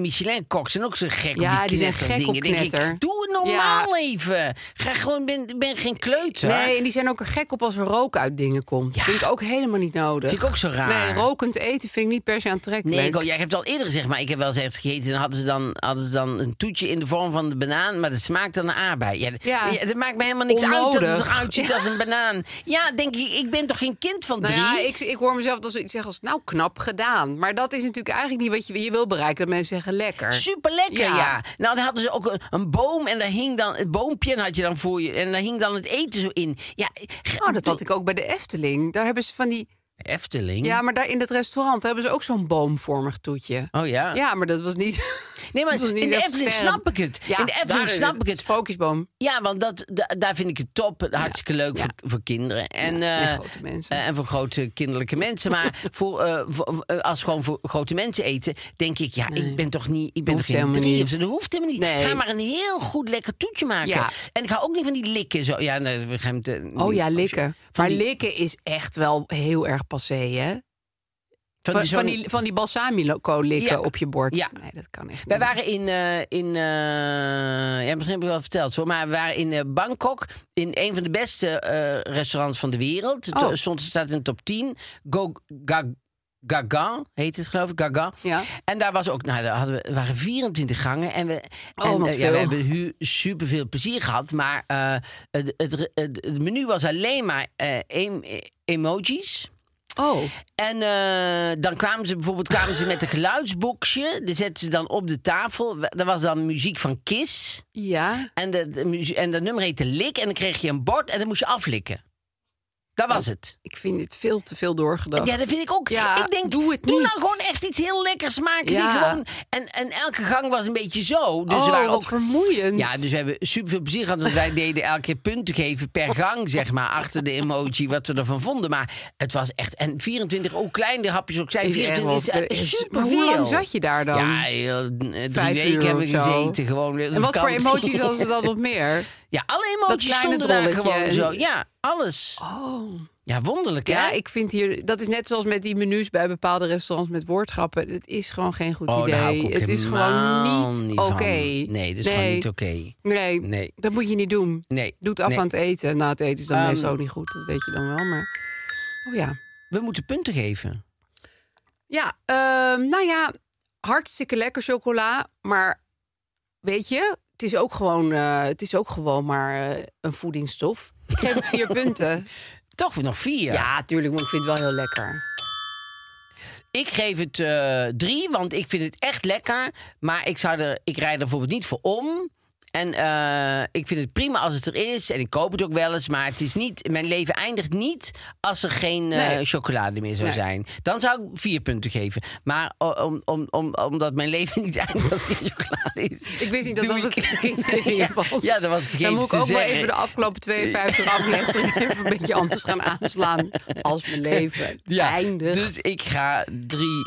Michelin-koks en ook zo gek
Ja,
op die
die zijn gek op
knetterdingen. Denk
knetter.
ik, doe het normaal even. Ga gewoon, ben, ben geen kleuter.
Nee, en die zijn ook er gek op als er rook uit dingen komt. Vind ik ook helemaal niet nodig.
Vind ik ook zo raar.
Nee, rokend eten vind ik niet per se aantrekkelijk.
Nee, ik, ook- ja, ik heb het al eerder gezegd, maar ik heb wel eens ergens gegeten... en dan hadden ze dan, hadden ze dan een toetje in de vorm van de banaan... maar dat smaakt dan naar aardbei. Ja, d-
Ja.
ja, dat maakt me helemaal niks uit dat het
Onnodig.
eruit ziet als een banaan. Ja, denk ik, ik ben toch geen kind van
nou
drie?
ja, ik, ik hoor mezelf dan zoiets zeggen als, nou, knap gedaan. Maar dat is natuurlijk eigenlijk niet wat je, je wil bereiken. Dat mensen zeggen, lekker.
Super lekker, ja.
Ja.
Nou, dan hadden ze ook een, een boom en daar hing dan het boompje en had je dan voor je en daar hing dan het eten zo in. Ja, ge-
Oh, dat had ik ook bij de Efteling. Daar hebben ze van die...
Efteling.
Ja, maar daar in dat restaurant hebben ze ook zo'n boomvormig toetje.
Oh ja.
Ja, maar dat was niet...
Nee, maar
dat was niet
in de
echt
Efteling
scherp.
snap ik het.
Ja,
in de
daar
Efteling
is
snap
het.
ik het.
Sprookjesboom.
Ja, want dat, da- daar vind ik het top. Hartstikke leuk
Ja.
voor, voor kinderen. En,
en
eh,
grote mensen.
eh, en voor grote kinderlijke mensen. Maar voor, eh, voor- eh, als gewoon voor grote mensen eten, denk ik, ja, ik ben toch niet. Ik ben
Hoeft
toch geen
helemaal
drie
niet.
of zo. Dat hoeft helemaal niet.
Nee.
Ga maar een heel goed lekker toetje maken.
Ja.
En ik hou ook niet van die likken. Zo. Ja, nee, we gaan het, eh,
Oh ja,
niet-
likken.
Van
Maar
die-
likken is echt wel heel erg passé, hè?
Van
Van,
die-
van
zo'n-
die, van die balsamico likken
Ja.
op je bord.
Ja.
Nee, dat kan echt
Wij
niet.
waren in, eh, in eh, ja, misschien heb ik het wel verteld, hoor, maar we waren in eh, Bangkok in een van de beste eh, restaurants van de wereld. Het,
Oh.
eh, Stond staat in de top 10. Go, ga, Gagan heet het geloof ik, Gagan.
Ja.
En daar was ook, nou, daar hadden we, er waren 24 gangen en we,
Oh,
en,
wat
eh, ja,
veel.
we hebben hu- superveel plezier gehad, maar eh, het, het, het, het menu was alleen maar eh, em- emojis.
Oh,
En eh, dan kwamen ze bijvoorbeeld kwamen ze met een geluidsboxje. Die zetten ze dan op de tafel. Er was dan muziek van Kiss.
ja.
En de, de muzie- en dat nummer heette Lik. En dan kreeg je een bord en dan moest je aflikken. Dat was het.
Ik vind dit veel te veel doorgedacht.
Ja, dat vind ik ook.
Ja,
ik denk,
doe het
doe
niet.
nou gewoon echt iets heel lekkers maken.
Ja.
Die gewoon, en, en elke gang was een beetje zo. Dus
oh,
er waren
wat
ook
vermoeiend.
ja, dus we hebben superveel plezier gehad. Want wij deden elke keer punten geven per gang, zeg maar. Achter de emoji, wat we ervan vonden. Maar het was echt... En 24, hoe klein de hapjes ook zijn.
Is erg
24 is,
wat.
is,
Is-
superveel.
maar hoe lang zat je daar dan?
Ja, heel, eh, drie
Vijf uur
weken hebben we
of zo.
gezeten. Gewoon eh,
En wat voor
vakantie.
emoties was er dan nog meer?
Ja, alle emoties
Dat kleine
stonden daar
drolletje.
gewoon zo. Ja, alles.
Oh.
Ja, wonderlijk, hè?
Ja, ik vind hier... Dat is net zoals met die menus bij bepaalde restaurants met woordgrappen. Het is gewoon geen goed
Oh, daar
idee.
hou ik ook
het is
helemaal
gewoon niet oké.
van. Nee, dat is gewoon niet oké.
Nee,
Nee.
dat moet je niet doen.
Nee.
Doe het af
Nee.
aan het eten. Na het eten is dan
Ehm.
meestal ook niet goed. Dat weet je dan wel, maar... Oh ja.
We moeten punten geven.
Ja, ehm, nou ja, hartstikke lekker chocola. Maar weet je, het is ook gewoon, eh, het is ook gewoon maar eh, een voedingsstof. Ik geef het vier punten.
Toch nog vier.
Ja. tuurlijk, maar ik vind het wel heel lekker.
Ik geef het eh, drie, want ik vind het echt lekker. Maar ik, zou er, ik rijd er bijvoorbeeld niet voor om. En eh, ik vind het prima als het er is. En ik koop het ook wel eens. Maar het is niet, mijn leven eindigt niet als er geen eh,
Nee.
chocolade meer zou
Nee.
zijn. Dan zou ik vier punten geven. Maar o- om, om, om, omdat mijn leven niet eindigt als er geen chocolade is.
Ik wist niet dat
doe
dat het
ik-
criteria
ja,
was.
ja, dat was ik vergeten
Dan moet ik
te
ook maar
zeggen.
even de afgelopen 52 afleveringen even een beetje anders gaan aanslaan. Als mijn leven
Ja,
eindigt.
Dus ik ga drie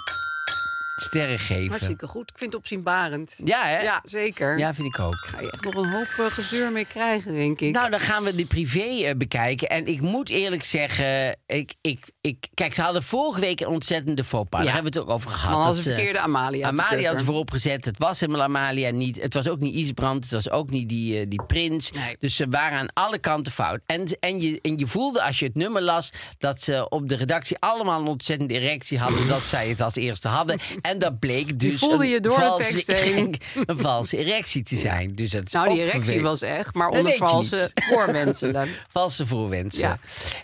sterren geven.
Hartstikke goed. Ik vind het opzienbarend.
Ja, hè?
Ja, zeker.
Ja, vind ik ook.
Ga je echt nog een hoop eh, gezeur mee krijgen, denk ik.
Nou, dan gaan we de privé eh, bekijken. En ik moet eerlijk zeggen, ik, ik, ik, kijk, ze hadden vorige week een ontzettende faux pas.
Ja.
Daar hebben we het ook over gehad.
Man,
Dat
als een
ze-
verkeerde Amalia.
Amalia had
betreft.
het voorop gezet. Het was helemaal Amalia niet. Het was ook niet Isbrand. Het was ook niet die, eh, die prins.
Nee.
Dus ze waren aan alle kanten fout. En, en, je, en je voelde als je het nummer las... dat ze op de redactie allemaal een ontzettende erectie hadden... dat zij het als eerste hadden. En dat bleek dus
voelde
een,
je door de
valse,
tekst heen.
een valse erectie te zijn. Dus dat is
Nou, die
ook
erectie
vervelend.
was echt, maar
Dat
onder
weet je
valse
niet.
voorwenselen.
Valse voorwensen.
Ja.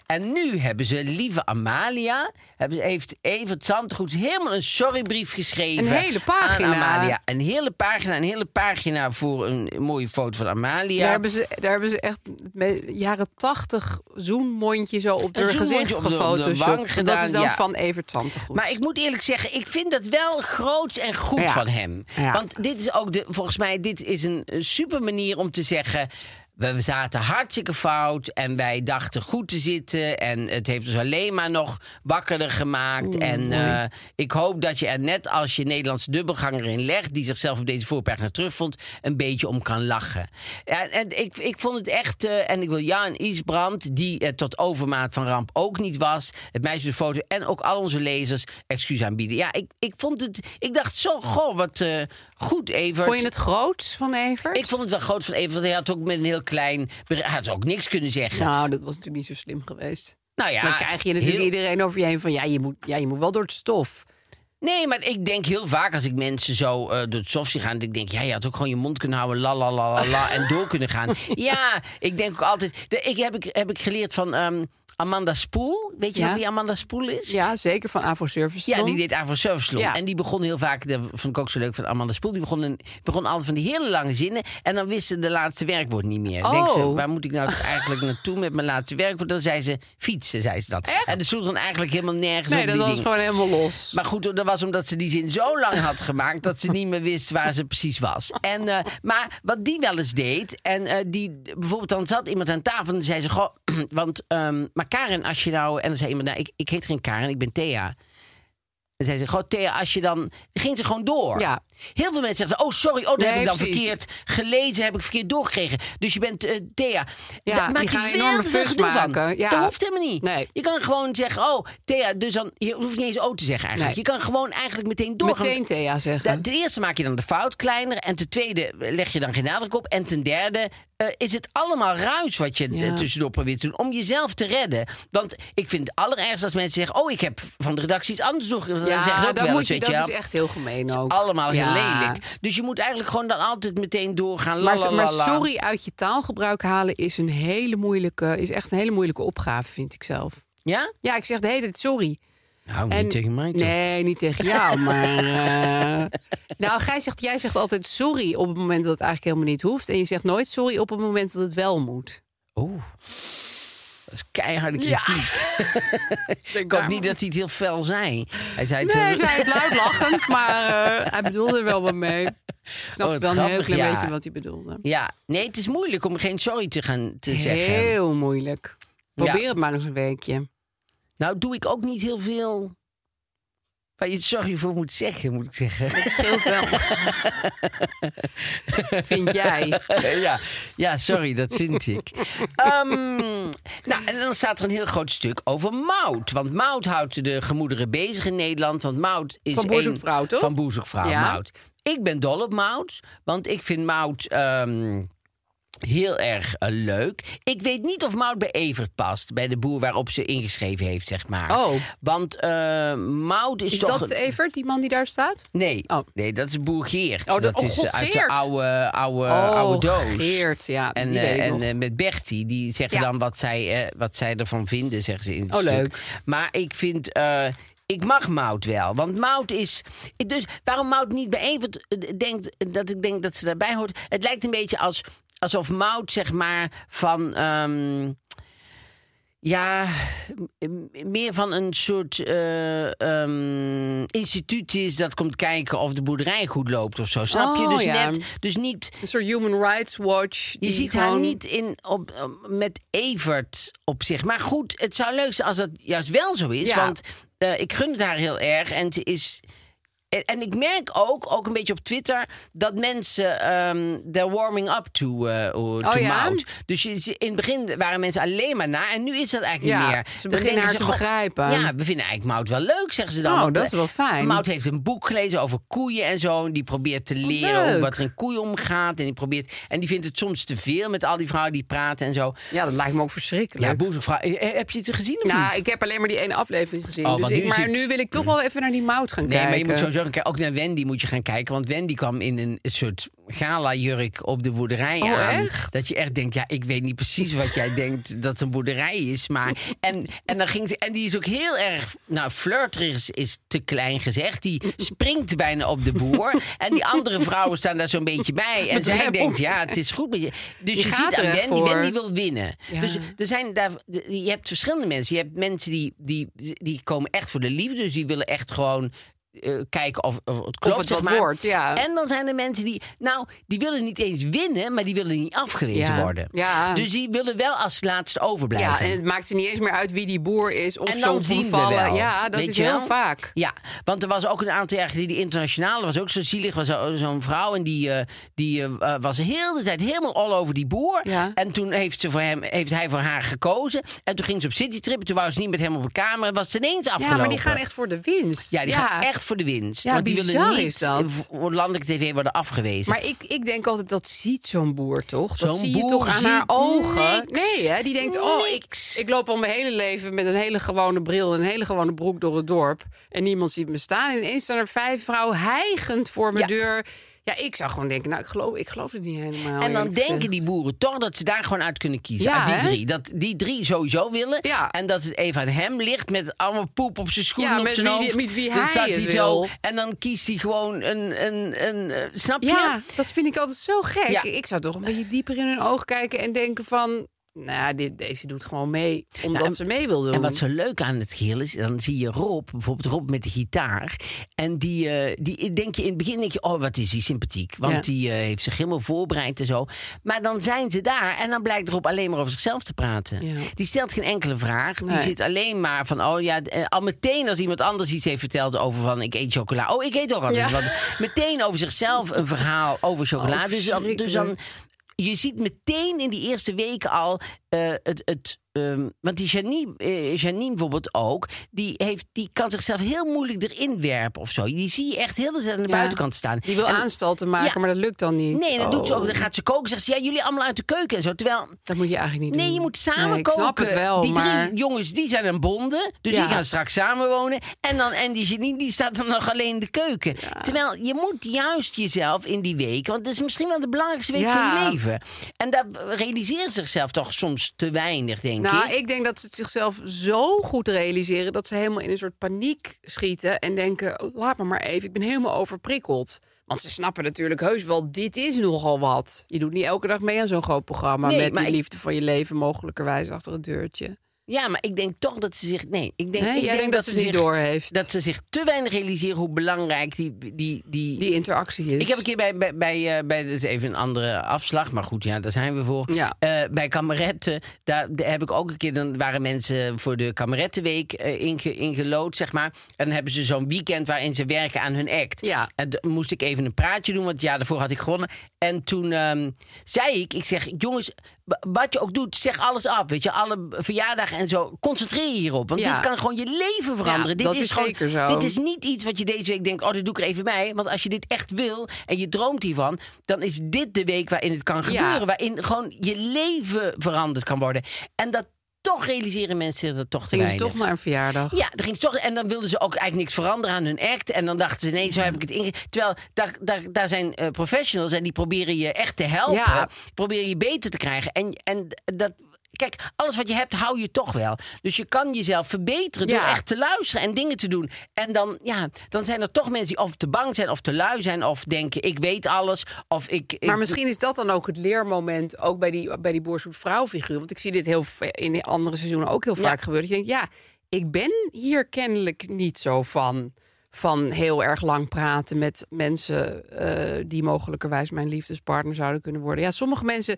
En nu hebben ze, lieve Amalia, hebben, heeft Evert Zandgoed helemaal een sorrybrief geschreven.
Een hele pagina.
Aan Amalia. Een hele pagina, een hele pagina voor een mooie foto van Amalia.
Daar, hebben ze, daar hebben ze echt met jaren tachtig zoenmondje zo op
Een
haar
zoenmondje
gezicht
op de- op de wang
gefotoshopt. En Dat
gedaan,
is dan
ja.
van Evert Zantegoed.
Maar ik moet eerlijk zeggen, ik vind dat wel groots en goed
Ja.
van hem.
Ja.
Want dit is ook de, volgens mij, dit is een eh, super manier om te zeggen. We we zaten hartstikke fout en wij dachten goed te zitten. En het heeft ons alleen maar nog wakkerder gemaakt. en eh, ik hoop dat je er net als je Nederlandse dubbelganger in legt... die zichzelf op deze voorpagina terugvond, een beetje om kan lachen. En, en ik, ik vond het echt... eh, en ik wil Jan Isbrand, die eh, tot overmaat van ramp ook niet was... het meisje op de foto en ook al onze lezers excuus aanbieden. Ja, ik, ik vond het... Ik dacht zo, goh, wat eh, goed, Evert.
Vond je het groots van Evert?
Ik vond het wel groot van Evert, want hij had ook met een heel klein... Hij had ook niks kunnen zeggen.
Nou, dat was natuurlijk niet zo slim geweest.
Nou ja,
dan krijg je natuurlijk
heel-
iedereen over je heen van... Ja je, moet, ja, je moet wel door het stof.
Nee, maar ik denk heel vaak als ik mensen zo eh, door het soft zie gaan... dat ik denk, ja, je had ook gewoon je mond kunnen houden, la, la, la, la, la, en door kunnen gaan. Ja, ik denk ook altijd... De, ik, heb, ik, heb ik geleerd van ehm, Amanda Spoel. Weet je
Ja.
nog wie Amanda Spoel is?
Ja, zeker van Avro Service.
Ja,
Salon.
die deed aan voor Surfslon.
Ja.
En die begon heel vaak, dat vond ik ook zo leuk van Amanda Spoel... die begon, een, begon altijd van die hele lange zinnen... en dan wist ze de laatste werkwoord niet meer.
Oh.
Denk ze, waar moet ik nou toch eigenlijk naartoe met mijn laatste werkwoord? Dan zei ze, fietsen, zei ze dan. En dat sloeg dan eigenlijk helemaal nergens
Nee,
op
dat
die
was
dingen.
gewoon helemaal los.
Maar goed, dat was omdat ze die zin zo lang had gemaakt dat ze niet meer wist waar ze precies was. En, eh, maar wat die wel eens deed, en eh, die bijvoorbeeld dan zat iemand aan tafel en dan zei ze: Goh, want, ehm, maar Karen, als je nou. En dan zei iemand: Nou, ik, ik heet geen Karen, ik ben Thea. En zei ze: Goh, Thea, als je dan. dan ging ze gewoon door.
Ja.
Heel veel mensen zeggen, oh sorry, oh, dat
Nee,
heb ik dan
precies.
verkeerd gelezen, heb ik verkeerd doorgekregen. Dus je bent eh, Thea.
Ja,
Daar maak
die gaan
je
een enorme
veel
fuss
gedoe van.
maken. Ja.
Dat hoeft helemaal niet.
Nee.
Je kan gewoon zeggen, oh Thea, dus dan, je hoeft niet eens oh te zeggen eigenlijk.
Nee.
Je kan gewoon eigenlijk meteen doorgaan.
Meteen Thea zeggen.
Da- ten eerste maak je dan de fout kleiner. En ten tweede leg je dan geen nadruk op. En ten derde eh, is het allemaal ruis wat je eh, tussendoor probeert te doen. Om jezelf te redden. Want ik vind het allerergst als mensen zeggen... Oh, ik heb van de redactie iets anders door. Dan
ja,
zeggen ze ook
dat,
wel
moet
eens,
je,
weet
dat
je wel.
is echt heel gemeen ook.
Allemaal heel
Ja.
lelijk. Dus je moet eigenlijk gewoon dan altijd meteen doorgaan.
Maar, maar
lalalala.
sorry uit je taalgebruik halen is, een hele moeilijke, is echt een hele moeilijke opgave, vind ik zelf.
Ja?
Ja, ik zeg de hele tijd sorry.
Nou,
En-
niet tegen mij toch?
Nee, niet tegen jou, maar... eh, Nou, Gij zegt, jij zegt altijd sorry op het moment dat het eigenlijk helemaal niet hoeft. En je zegt nooit sorry op het moment dat het wel moet.
Oeh. Dat is keiharde kritiek. Ik hoop niet dat hij het heel fel zei. Hij zei het eh,
Nee, hij
heel-
zei het luid lachend, maar eh, hij bedoelde er wel wat mee. Ik
Oh, wat
snapte wel een heel
grappig,
klein
ja.
beetje wat hij bedoelde.
Ja, nee, het is moeilijk om geen sorry te gaan te zeggen.
Heel moeilijk. Probeer
Ja.
het maar eens een weekje.
Nou, doe ik ook niet heel veel. Waar je sorry voor moet zeggen, moet ik
Dat
zeggen.
scheelt wel. Vind jij?
ja, ja, sorry, dat vind ik. Ehm, nou, en dan staat er een heel groot stuk over Mout. Want Mout houdt de gemoederen bezig in Nederland. Want Mout is
Van Boezekvrouw,
een,
toch?
Van Boezekvrouw,
Ja.
Mout. Ik ben dol op Mout, want ik vind Mout... ehm, Heel erg eh, leuk. Ik weet niet of Mout bij Evert past. Bij de boer waarop ze ingeschreven heeft, zeg maar.
Oh.
Want eh Mout is,
Is
toch...
dat
een-
Evert, die man die daar staat?
Nee,
Oh.
nee, dat is boer Geert.
Oh, dat- oh,
is
God,
eh, uit de
Geert.
oude, oude,
Oh,
oude doos.
Geert, ja,
En,
die
eh,
weet ik
en
nog.
eh, met Bertie, die zeggen
Ja.
dan wat zij, eh, wat zij ervan vinden, zeggen ze in het
Oh,
stuk.
leuk.
Maar ik vind... eh, ik mag Mout wel, want Mout is... Dus waarom Mout niet bij Evert eh, denkt... dat ik denk dat ze daarbij hoort... Het lijkt een beetje als, alsof Mout, zeg maar, van... ehm, ja, m- meer van een soort eh, ehm, instituut is dat komt kijken of de boerderij goed loopt of zo. Snap je?
Oh,
Dus
ja.
net, dus niet.
Een soort Human Rights Watch.
Je
die
ziet
gewoon-
haar niet in op, op- met Evert op zich. Maar goed, het zou leuk zijn als dat juist wel zo is.
Ja.
Want eh, ik gun het haar heel erg en ze is. En, en ik merk ook, ook een beetje op Twitter, dat mensen ehm they're warming up to, eh oh, to
ja?
Maud. Dus je, ze- in het begin waren mensen alleen maar na en nu is dat eigenlijk
Ja,
niet meer.
ze
Dan
beginnen
denken
haar te
"Goh,
begrijpen."
Ja, we vinden eigenlijk Mout wel leuk, zeggen ze dan.
Oh,
want,
dat
eh,
is wel fijn.
Maud heeft een boek gelezen over koeien en zo. En die probeert te leren hoe
Oh, leuk.
wat er in koeien omgaat. En die, probeert, en die vindt het soms te veel met al die vrouwen die praten en zo.
Ja, dat lijkt me ook
Ja,
verschrikkelijk.
boezemvrouw. eh, eh, Heb je het gezien of niet?
nou, ik heb alleen maar die ene aflevering gezien.
Oh,
dus
want
ik,
nu
maar
is het-
nu wil ik toch wel even naar die mout gaan
Nee,
kijken.
maar je moet sowieso gaan kijken. Ook naar Wendy moet je gaan kijken. Want Wendy kwam in een soort gala-jurk op de boerderij
Oh,
aan.
echt?
Dat je echt denkt, ja, ik weet niet precies wat jij denkt dat een boerderij is. Maar, en, en, dan ging ze, en die is ook heel erg... Nou, flirterig is, is te klein gezegd. Die springt bijna op de boer. en die andere vrouwen staan daar zo'n beetje bij. En zij
rem op.
denkt, ja, het is goed met je. Dus je,
gaat
ziet
er
aan
echt
Wendy,
voor.
Wendy wil winnen.
Ja.
Dus er zijn daar, je hebt verschillende mensen. Je hebt mensen die, die, die komen echt voor de liefde. Dus die willen echt gewoon eh, kijken of, of het klopt.
het
zeg
wat
maar.
wordt, ja.
En dan zijn er mensen die, nou, die willen niet eens winnen, maar die willen niet afgewezen
Ja.
worden.
Ja.
Dus die willen wel als laatste overblijven.
Ja, en het maakt er niet eens meer uit wie die boer is of
En
zo'n
dan zien we
voetballer.
wel.
Ja, dat
Weet
is
je
heel
wel?
vaak.
Ja, want er was ook een aantal jaar geleden die internationale was ook zo zielig. Was zo- zo'n vrouw en die, eh, die eh, was heel de tijd helemaal all over die boer.
Ja.
En toen heeft, ze voor hem, heeft hij voor haar gekozen. En toen ging ze op citytrip. En toen wou ze niet met hem op een kamer. En was ze ineens afgelopen.
Ja, maar die gaan echt voor de winst.
Ja, die gaan echt voor de winst.
Ja,
want die willen
bizar
niet
is dat.
v- voor landelijk tv worden afgewezen.
Maar ik, ik denk altijd, dat ziet zo'n boer toch? Dat
Zo'n
zie je
boer
toch aan
ziet
haar ogen?
niks.
Nee, hè? die denkt, oh, ik,
Niks.
ik loop al mijn hele leven met een hele gewone bril... en een hele gewone broek door het dorp. En niemand ziet me staan. En ineens staan er vijf vrouwen hijgend voor mijn
Ja.
deur. Ja, ik zou gewoon denken, nou, ik geloof, ik geloof het niet helemaal.
En dan
eerlijk
denken
gezegd.
die boeren toch dat ze daar gewoon uit kunnen kiezen.
Ja,
uit die
hè?
drie. Dat die drie sowieso willen.
Ja.
En dat het even aan hem ligt met allemaal poep op zijn schoenen,
Ja,
op
met
zijn
wie die-
hoofd.
met wie
Dan
hij
staat
het
hij
wil.
zo. En dan kiest hij gewoon een... een, een eh, snap je?
Ja, dat vind ik altijd zo gek.
Ja.
Ik zou toch een beetje dieper in hun oog kijken en denken van... nou, dit, deze doet gewoon mee, omdat
Nou, en-
ze mee wil doen.
En wat zo leuk aan het geheel is, dan zie je Rob, bijvoorbeeld Rob met de gitaar. En die, eh, die denk je in het begin, denk je, oh wat is die sympathiek. Want
Ja.
die eh, heeft zich helemaal voorbereid en zo. Maar dan zijn ze daar en dan blijkt Rob alleen maar over zichzelf te praten.
Ja.
Die stelt geen enkele vraag. Die
Nee.
zit alleen maar van, oh ja, eh, al meteen als iemand anders iets heeft verteld over van, ik eet chocola. Oh, ik eet ook al
Ja.
wat. Meteen over zichzelf een verhaal over chocola.
Oh,
dus, dan, dus dan,
verschrikkelijk.
je ziet meteen in die eerste weken al eh, het. het ehm, want die Janine, eh, Janine bijvoorbeeld ook, die, heeft, die kan zichzelf heel moeilijk erin werpen of zo. Die zie je echt heel de tijd aan de
Ja.
buitenkant staan.
Die wil
En-
aanstalten maken,
Ja.
maar dat lukt dan niet.
Nee, en dan
Oh.
doet ze ook. Dan gaat ze koken. Zegt ze, ja, jullie allemaal uit de keuken en zo. Terwijl,
Dat moet je eigenlijk niet
nee,
doen.
je moet samen
Nee, ik
koken.
snap het wel,
die
maar...
drie jongens, die zijn een bonden. Dus
Ja.
die gaan straks samenwonen. En, dan, en die Janine, die staat dan nog alleen in de keuken. Terwijl, je moet juist jezelf in die week... Want het is misschien wel de belangrijkste week
Ja.
van je leven. En dat realiseert zichzelf toch soms te weinig, denk
Nou,
ik.
ik denk dat ze het zichzelf zo goed realiseren dat ze helemaal in een soort paniek schieten en denken: "Oh, laat me maar even, ik ben helemaal overprikkeld. Want ze snappen natuurlijk heus wel, dit is nogal wat. Je doet niet elke dag mee aan zo'n groot programma
Nee,
met
maar
die
ik-
liefde van je leven mogelijkerwijs achter het deurtje.
Ja, maar ik denk toch dat ze zich... Nee, ik denk,
Nee,
ik
jij denkt dat ze het niet
zich-
doorheeft.
Dat ze zich te weinig realiseren hoe belangrijk die... die, die
Die interactie is.
Ik heb een keer bij, bij, bij, eh, bij dat is even een andere afslag, maar goed, ja, daar zijn we voor.
Ja.
Eh, bij kameretten, daar, daar heb ik ook een keer, dan waren mensen voor de kamerettenweek eh, inge, ingelood, zeg maar. En dan hebben ze zo'n weekend waarin ze werken aan hun act.
Ja.
En dan moest ik even een praatje doen, want ja, daarvoor had ik gewonnen. En toen ehm, zei ik, ik zeg, jongens, wa- wat je ook doet, zeg alles af. Weet je, alle verjaardagen en zo, concentreer je hierop. Want
Ja.
dit kan gewoon je leven veranderen. dit
dat is
gewoon,
zeker zo.
Dit is niet iets wat je deze week denkt, oh, dit doe ik er even bij. Want als je dit echt wil en je droomt hiervan, dan is dit de week waarin het kan gebeuren. Waarin gewoon je leven veranderd kan worden. En dat toch realiseren mensen zich dat toch te
Gingen ze
weinig.
toch naar een verjaardag.
Ja, er ging ze toch, en dan wilden ze ook eigenlijk niks veranderen aan hun act. En dan dachten ze, nee, zo heb ik het inge... Terwijl, daar, daar, daar zijn eh, professionals en die proberen je echt te helpen.
Ja.
Proberen je beter te krijgen. En, en dat... Kijk, alles wat je hebt, hou je toch wel. Dus je kan jezelf verbeteren door
Ja.
echt te luisteren en dingen te doen. En dan, ja, dan zijn er toch mensen die of te bang zijn, of te lui zijn, of denken: ik weet alles. Of ik. ik-
Maar misschien is dat dan ook het leermoment, ook bij die, bij die boers- vrouwfiguur. Want ik zie dit heel, ve- in andere seizoenen ook heel
Ja.
vaak gebeuren. Dat je denkt, ja, ik ben hier kennelijk niet zo van. Van heel erg lang praten met mensen eh, die mogelijkerwijs mijn liefdespartner zouden kunnen worden. Ja, sommige mensen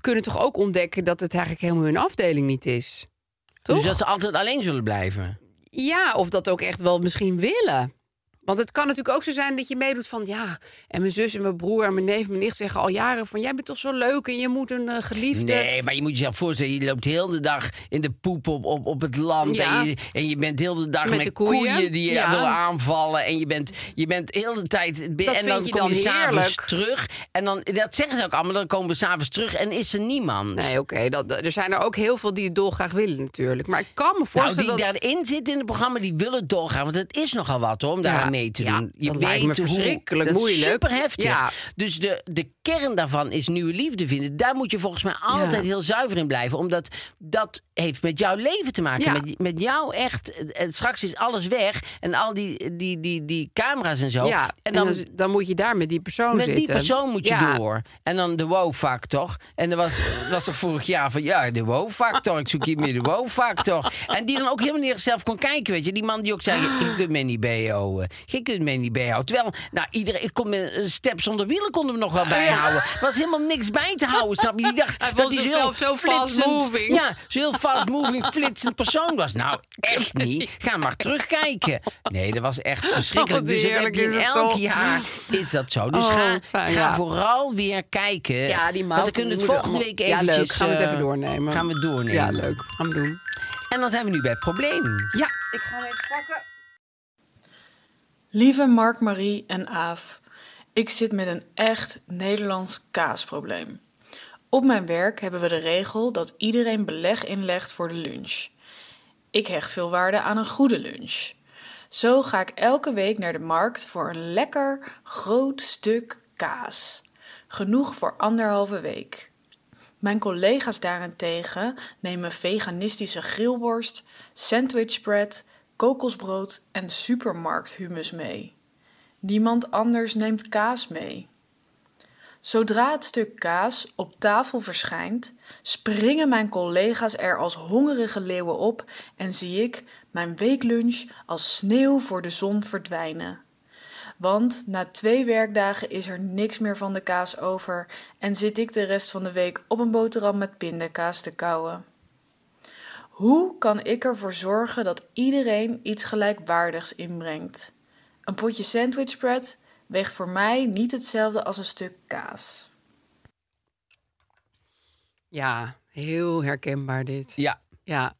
kunnen toch ook ontdekken dat het eigenlijk helemaal hun afdeling niet is. Toch?
Dus dat ze altijd alleen zullen blijven.
Ja, of dat ook echt wel misschien willen. Want het kan natuurlijk ook zo zijn dat je meedoet van ja. En mijn zus en mijn broer en mijn neef en mijn nicht zeggen al jaren van jij bent toch zo leuk en je moet een eh, geliefde.
Nee, maar je moet jezelf voorstellen, je loopt heel de dag in de poep op, op, op het land.
Ja.
En, je, en je bent heel de dag
Met
met,
de
koeien.
koeien.
die je
Ja.
wil aanvallen. En je bent, je bent heel de tijd... en
vind
dan
je
kom
dan
je s'avonds
heerlijk.
terug. En dan, dat zeggen ze ook allemaal, dan komen we s'avonds terug en is er niemand.
Nee, oké. dat- dat- er zijn er ook heel veel die het dolgraag willen natuurlijk. Maar ik kan me
Nou, die
voorstellen dat...
daarin zitten in het programma, die willen doorgaan. Want het is nogal wat hoor, om daar
Ja,
aan mee te
ja,
doen. Je
dat
weet
lijkt
hoe-
me verschrikkelijk
dat
moeilijk.
Is super heftig.
Ja.
Dus de, de kern daarvan is nieuwe liefde vinden. Daar moet je volgens mij altijd
Ja.
heel zuiver in blijven. Omdat dat heeft met jouw leven te maken.
Ja.
Met, met jou echt. eh, eh, Straks is alles weg. En al die, die, die, die camera's Oh. en zo.
ja, en dan, dan, moet je daar met die persoon
Met
zitten.
die persoon moet je
Ja.
door. En dan de wow-factor. En er was, was toch vorig jaar van, ja, de wow-factor. Ik zoek hier meer de wow-factor. En die dan ook helemaal niet naar zichzelf kon kijken, weet je. Die man die ook zei, je kunt mij niet bijhouden. Je kunt mij niet bijhouden. Terwijl, nou, iedereen, ik kon met een step zonder wielen konden we nog wel bijhouden. Er was helemaal niks bij te houden, snap je? Die dacht
Hij
dat
vond
hij zo heel
zichzelf zo
flitsend...
fast-moving.
Ja, zo'n heel fast-moving, flitsend persoon was. Nou, echt niet. Ga maar terugkijken. Nee, dat was echt verschrikkelijk.
Wat
Dus dat heb
Oh, heerlijk
je
is
in
het
elk
toch?
jaar is dat zo. Dus
Oh,
ga,
wat fijn,
ga
ja.
vooral weer kijken.
Ja, die
Want
maand.
dan kunnen we
die
het
moeten
volgende week
allemaal-
eventjes...
Ja, leuk. Gaan we het even
eh,
doornemen.
Gaan we het doornemen.
Ja, leuk. Gaan we doen.
En dan zijn we nu bij het probleem.
Ja, ik ga hem even pakken.
Lieve Mark, Marie en Aaf, ik zit met een echt Nederlands kaasprobleem. Op mijn werk hebben we de regel dat iedereen beleg inlegt voor de lunch. Ik hecht veel waarde aan een goede lunch. Zo ga ik elke week naar de markt voor een lekker groot stuk kaas. Genoeg voor anderhalve week. Mijn collega's daarentegen nemen veganistische grillworst, sandwichbread, kokosbrood en supermarkthumus mee. Niemand anders neemt kaas mee. Zodra het stuk kaas op tafel verschijnt, springen mijn collega's er als hongerige leeuwen op en zie ik mijn weeklunch als sneeuw voor de zon verdwijnen. Want na twee werkdagen is er niks meer van de kaas over en zit ik de rest van de week op een boterham met pindakaas te kauwen. Hoe kan ik ervoor zorgen dat iedereen iets gelijkwaardigs inbrengt? Een potje sandwich spread weegt voor mij niet hetzelfde als een stuk kaas.
Ja, heel herkenbaar dit.
Ja.
Ja,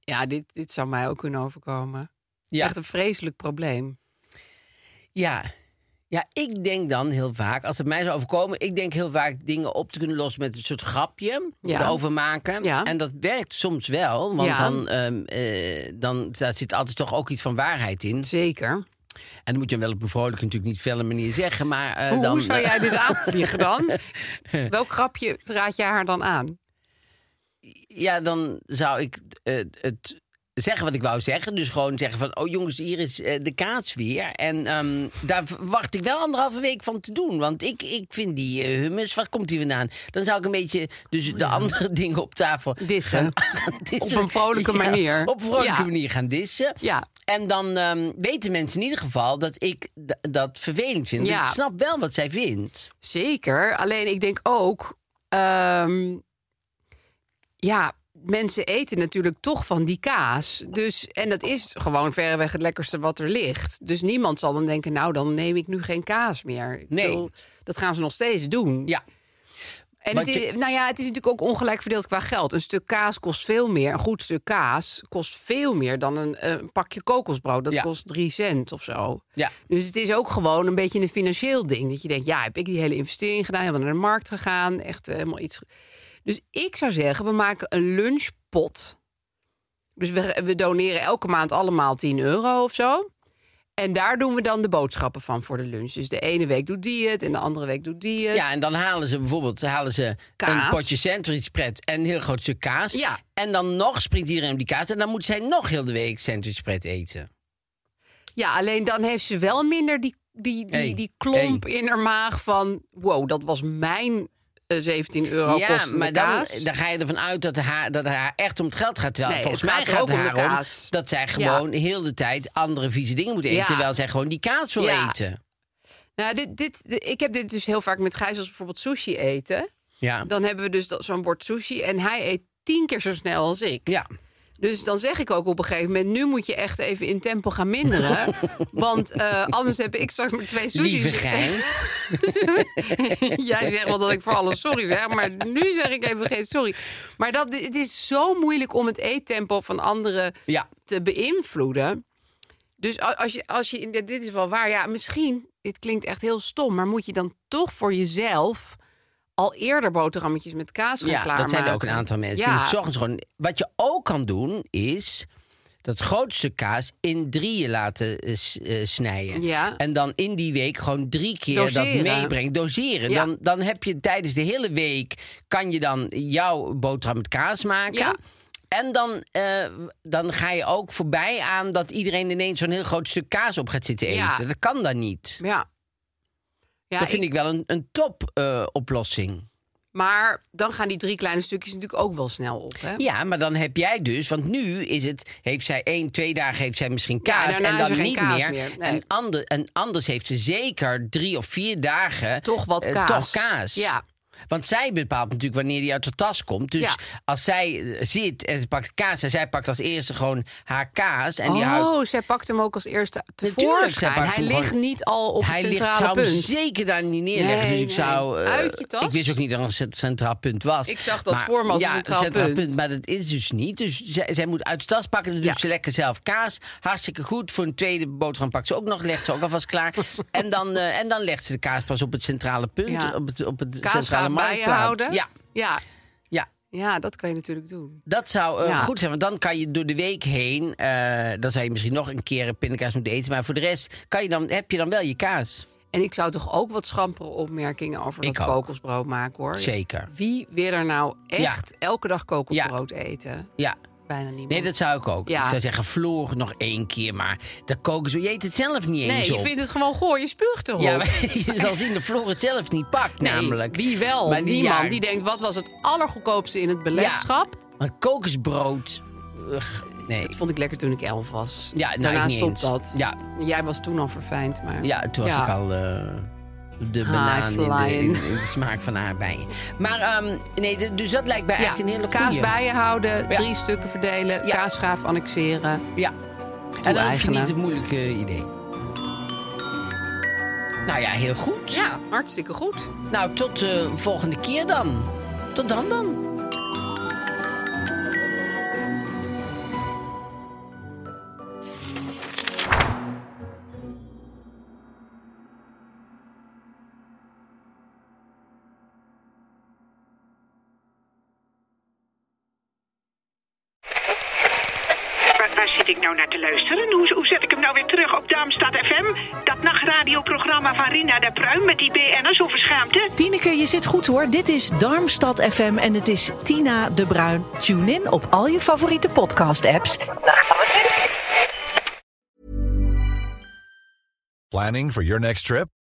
ja dit, dit zou mij ook kunnen overkomen.
Ja.
Echt een vreselijk probleem.
Ja. Ja, ik denk dan heel vaak, als het mij zou overkomen, ik denk heel vaak dingen op te kunnen lossen met een soort grapje
Ja.
erover maken.
Ja.
En dat werkt soms wel, want
Ja.
dan, ehm, eh, dan daar zit altijd toch ook iets van waarheid in.
Zeker.
En dat moet je wel op een vrolijke, natuurlijk niet felle manier zeggen, maar eh,
Hoe,
dan...
hoe zou jij dit aanvliegen dan? Welk grapje raad jij haar dan aan?
Ja, dan zou ik eh, het zeggen wat ik wou zeggen. Dus gewoon zeggen van, oh jongens, hier is eh, de kaas weer. En ehm, daar v- wacht ik wel anderhalve week van te doen. Want ik, ik vind die eh, hummus, waar komt die vandaan? Dan zou ik een beetje dus de andere dingen op tafel...
Dissen.
gaan dissen.
Op een vrolijke
Ja,
manier.
op een vrolijke
Ja.
manier gaan dissen.
Ja.
En dan ehm, weten mensen in ieder geval dat ik d- dat vervelend vind. Dus
Ja.
Ik snap wel wat zij vindt.
Zeker. Alleen ik denk ook. ehm, ja, mensen eten natuurlijk toch van die kaas. Dus, en dat is gewoon verreweg het lekkerste wat er ligt. Dus niemand zal dan denken: nou, dan neem ik nu geen kaas meer. Ik
Nee.
dat gaan ze nog steeds doen.
Ja.
En
Want
het is, nou ja, het is natuurlijk ook ongelijk verdeeld qua geld. Een stuk kaas kost veel meer. Een goed stuk kaas kost veel meer dan een, eh, een pakje kokosbrood. Dat
Ja.
kost drie cent of zo.
Ja.
Dus het is ook gewoon een beetje een financieel ding. Dat je denkt, ja, heb ik die hele investering gedaan? Helemaal naar de markt gegaan? Echt eh, helemaal iets... ge- Dus ik zou zeggen, we maken een lunchpot. Dus we, we doneren elke maand allemaal 10 euro of zo. En daar doen we dan de boodschappen van voor de lunch. Dus de ene week doet die het en de andere week doet die het.
Ja, en dan halen ze bijvoorbeeld halen ze een
Kaas.
potje sandwich pret en een heel groot stuk kaas.
Ja.
En dan nog springt iedereen op die kaas. En dan moet zij nog heel de week sandwich pret eten.
Ja, alleen dan heeft ze wel minder die, die, die,
Hey,
die klomp in haar maag van... wow, dat was mijn eh, 17 euro
ja,
kostende
maar dan,
kaas.
dan ga je ervan uit dat haar, dat haar echt om het geld gaat. Terwijl
Nee,
volgens
het
mij
gaat er
gaat
ook
het
om de
haar om
kaas.
dat zij
Ja.
gewoon heel de tijd andere vieze dingen moet eten.
Ja.
Terwijl zij gewoon die kaas wil
Ja.
eten.
Nou, dit, dit, dit- ik heb dit dus heel vaak met Gijs als we bijvoorbeeld sushi eten.
Ja.
Dan hebben we dus dat- zo'n bord sushi en hij eet tien keer zo snel als ik.
ja.
Dus dan zeg ik ook op een gegeven moment... nu moet je echt even in tempo gaan minderen. want eh, anders heb ik straks maar twee sushi's.
Lieve Gein.
Jij zegt wel dat ik voor alles sorry zeg, maar nu zeg ik even geen sorry. Maar dat, het is zo moeilijk om het eettempo van anderen
Ja.
te beïnvloeden. Dus a- als je, als je, in de- dit is wel waar, ja, misschien, dit klinkt echt heel stom, maar moet je dan toch voor jezelf al eerder boterhammetjes met kaas gaan
Ja,
klaarmaken?
dat zijn er ook een aantal mensen.
Ja.
Die het 's ochtends gewoon, wat je ook kan doen is dat grootste kaas in drieën laten eh, s- eh, snijden.
Ja.
En dan in die week gewoon drie keer
Doseren.
dat meebrengen. Doseren.
Ja.
Dan, dan heb je tijdens de hele week... kan je dan jouw boterham met kaas maken.
Ja.
En dan, eh, dan ga je ook voorbij aan dat iedereen ineens zo'n heel groot stuk kaas op gaat zitten eten.
Ja.
Dat kan dan niet.
Ja. Ja,
dat vind
ik-
ik, wel een, een top eh, oplossing.
Maar dan gaan die drie kleine stukjes natuurlijk ook wel snel op. Hè?
Ja, maar dan heb jij dus, want nu is het, heeft zij één, twee dagen heeft zij misschien kaas
daarna
en
is er
dan
geen
niet
kaas
meer.
meer. Nee.
En, ander, en anders heeft ze zeker drie of vier dagen
Toch wat
eh,
kaas.
toch kaas.
Ja.
Want zij bepaalt natuurlijk wanneer die uit de tas komt. Dus
Ja.
als zij eh, zit en ze pakt kaas en zij pakt als eerste gewoon haar kaas en die houdt.
Oh, zij pakt hem ook als eerste
Natuurlijk, zij
tevoorschijn.
pakt
Hij
hem
ligt
gewoon-
niet al op
hij
het
ligt,
centrale
zou hem
punt.
zeker daar niet neerleggen.
Nee,
dus ik
nee.
zou. eh,
Uit je tas?
Ik wist ook niet dat er een cent- centraal punt was.
Ik zag dat voor me als een centraal punt.
Maar dat is dus niet. Dus zij, zij moet uit de tas pakken. Dan
Ja.
doet ze lekker zelf kaas. Hartstikke goed. Voor een tweede boterham pakt ze ook nog. Legt ze ook alvast klaar. en, dan, eh, en dan legt ze de kaas pas op het centrale punt.
Ja.
Op het, op het centrale
Kaasgaaf bij je
marktplaats.
houden.
Ja.
ja.
Ja,
Ja, dat kan je natuurlijk doen.
dat zou eh,
Ja.
goed zijn, want dan kan je door de week heen... eh, dan zou je misschien nog een keer pindakaas moeten eten... maar voor de rest kan je dan, heb je dan wel je kaas.
En ik zou toch ook wat schampere opmerkingen over
Ik
dat
ook.
kokosbrood maken, hoor.
Zeker.
Wie wil er nou echt elke dag kokosbrood eten?
Ja,
bijna niemand.
Nee, dat zou ik ook.
Ja.
Ik zou zeggen, Floor nog één keer, maar daar koken ze... Je eet het zelf niet
Nee,
eens
je
op.
vindt het gewoon goor, je spuugt erop.
Ja, maar je zal zien dat Floor het zelf niet pakt,
Nee,
namelijk.
Wie wel?
Maar die-
Niemand.
ja.
Die denkt, wat was het allergoedkoopste in het belegschap?
Want kokosbrood... ugh, nee.
Dat vond ik lekker toen ik elf was.
Ja, nou,
Daarna
ik niet
stopt
eens.
dat.
Ja.
Jij was toen al verfijnd, maar...
Ja, toen was
Ja.
ik al eh, de banaan in de,
flying.
in- in de smaak van aardbeien. Maar ehm, nee, de- dus dat lijkt mij
Ja,
eigenlijk een hele goeie.
kaas bij je houden,
Ja.
drie stukken verdelen,
Ja.
kaasschaaf annexeren.
Ja. En dan heb je
Toe-eigenen.
niet het moeilijke idee. Nou ja, heel goed.
Ja, hartstikke goed.
Nou, tot de volgende keer dan. Tot dan dan.
Waar, waar zit ik nou naar te luisteren? Hoe, hoe zet ik hem nou weer terug op Darmstad FM? Dat nachtradioprogramma van Rina de Pruim met die BN'ers over schaamte?
Tineke, je zit goed hoor. Dit is Darmstad FM en het is Tina de Bruin. Tune in op al je favoriete podcast-apps.
Planning for your next trip?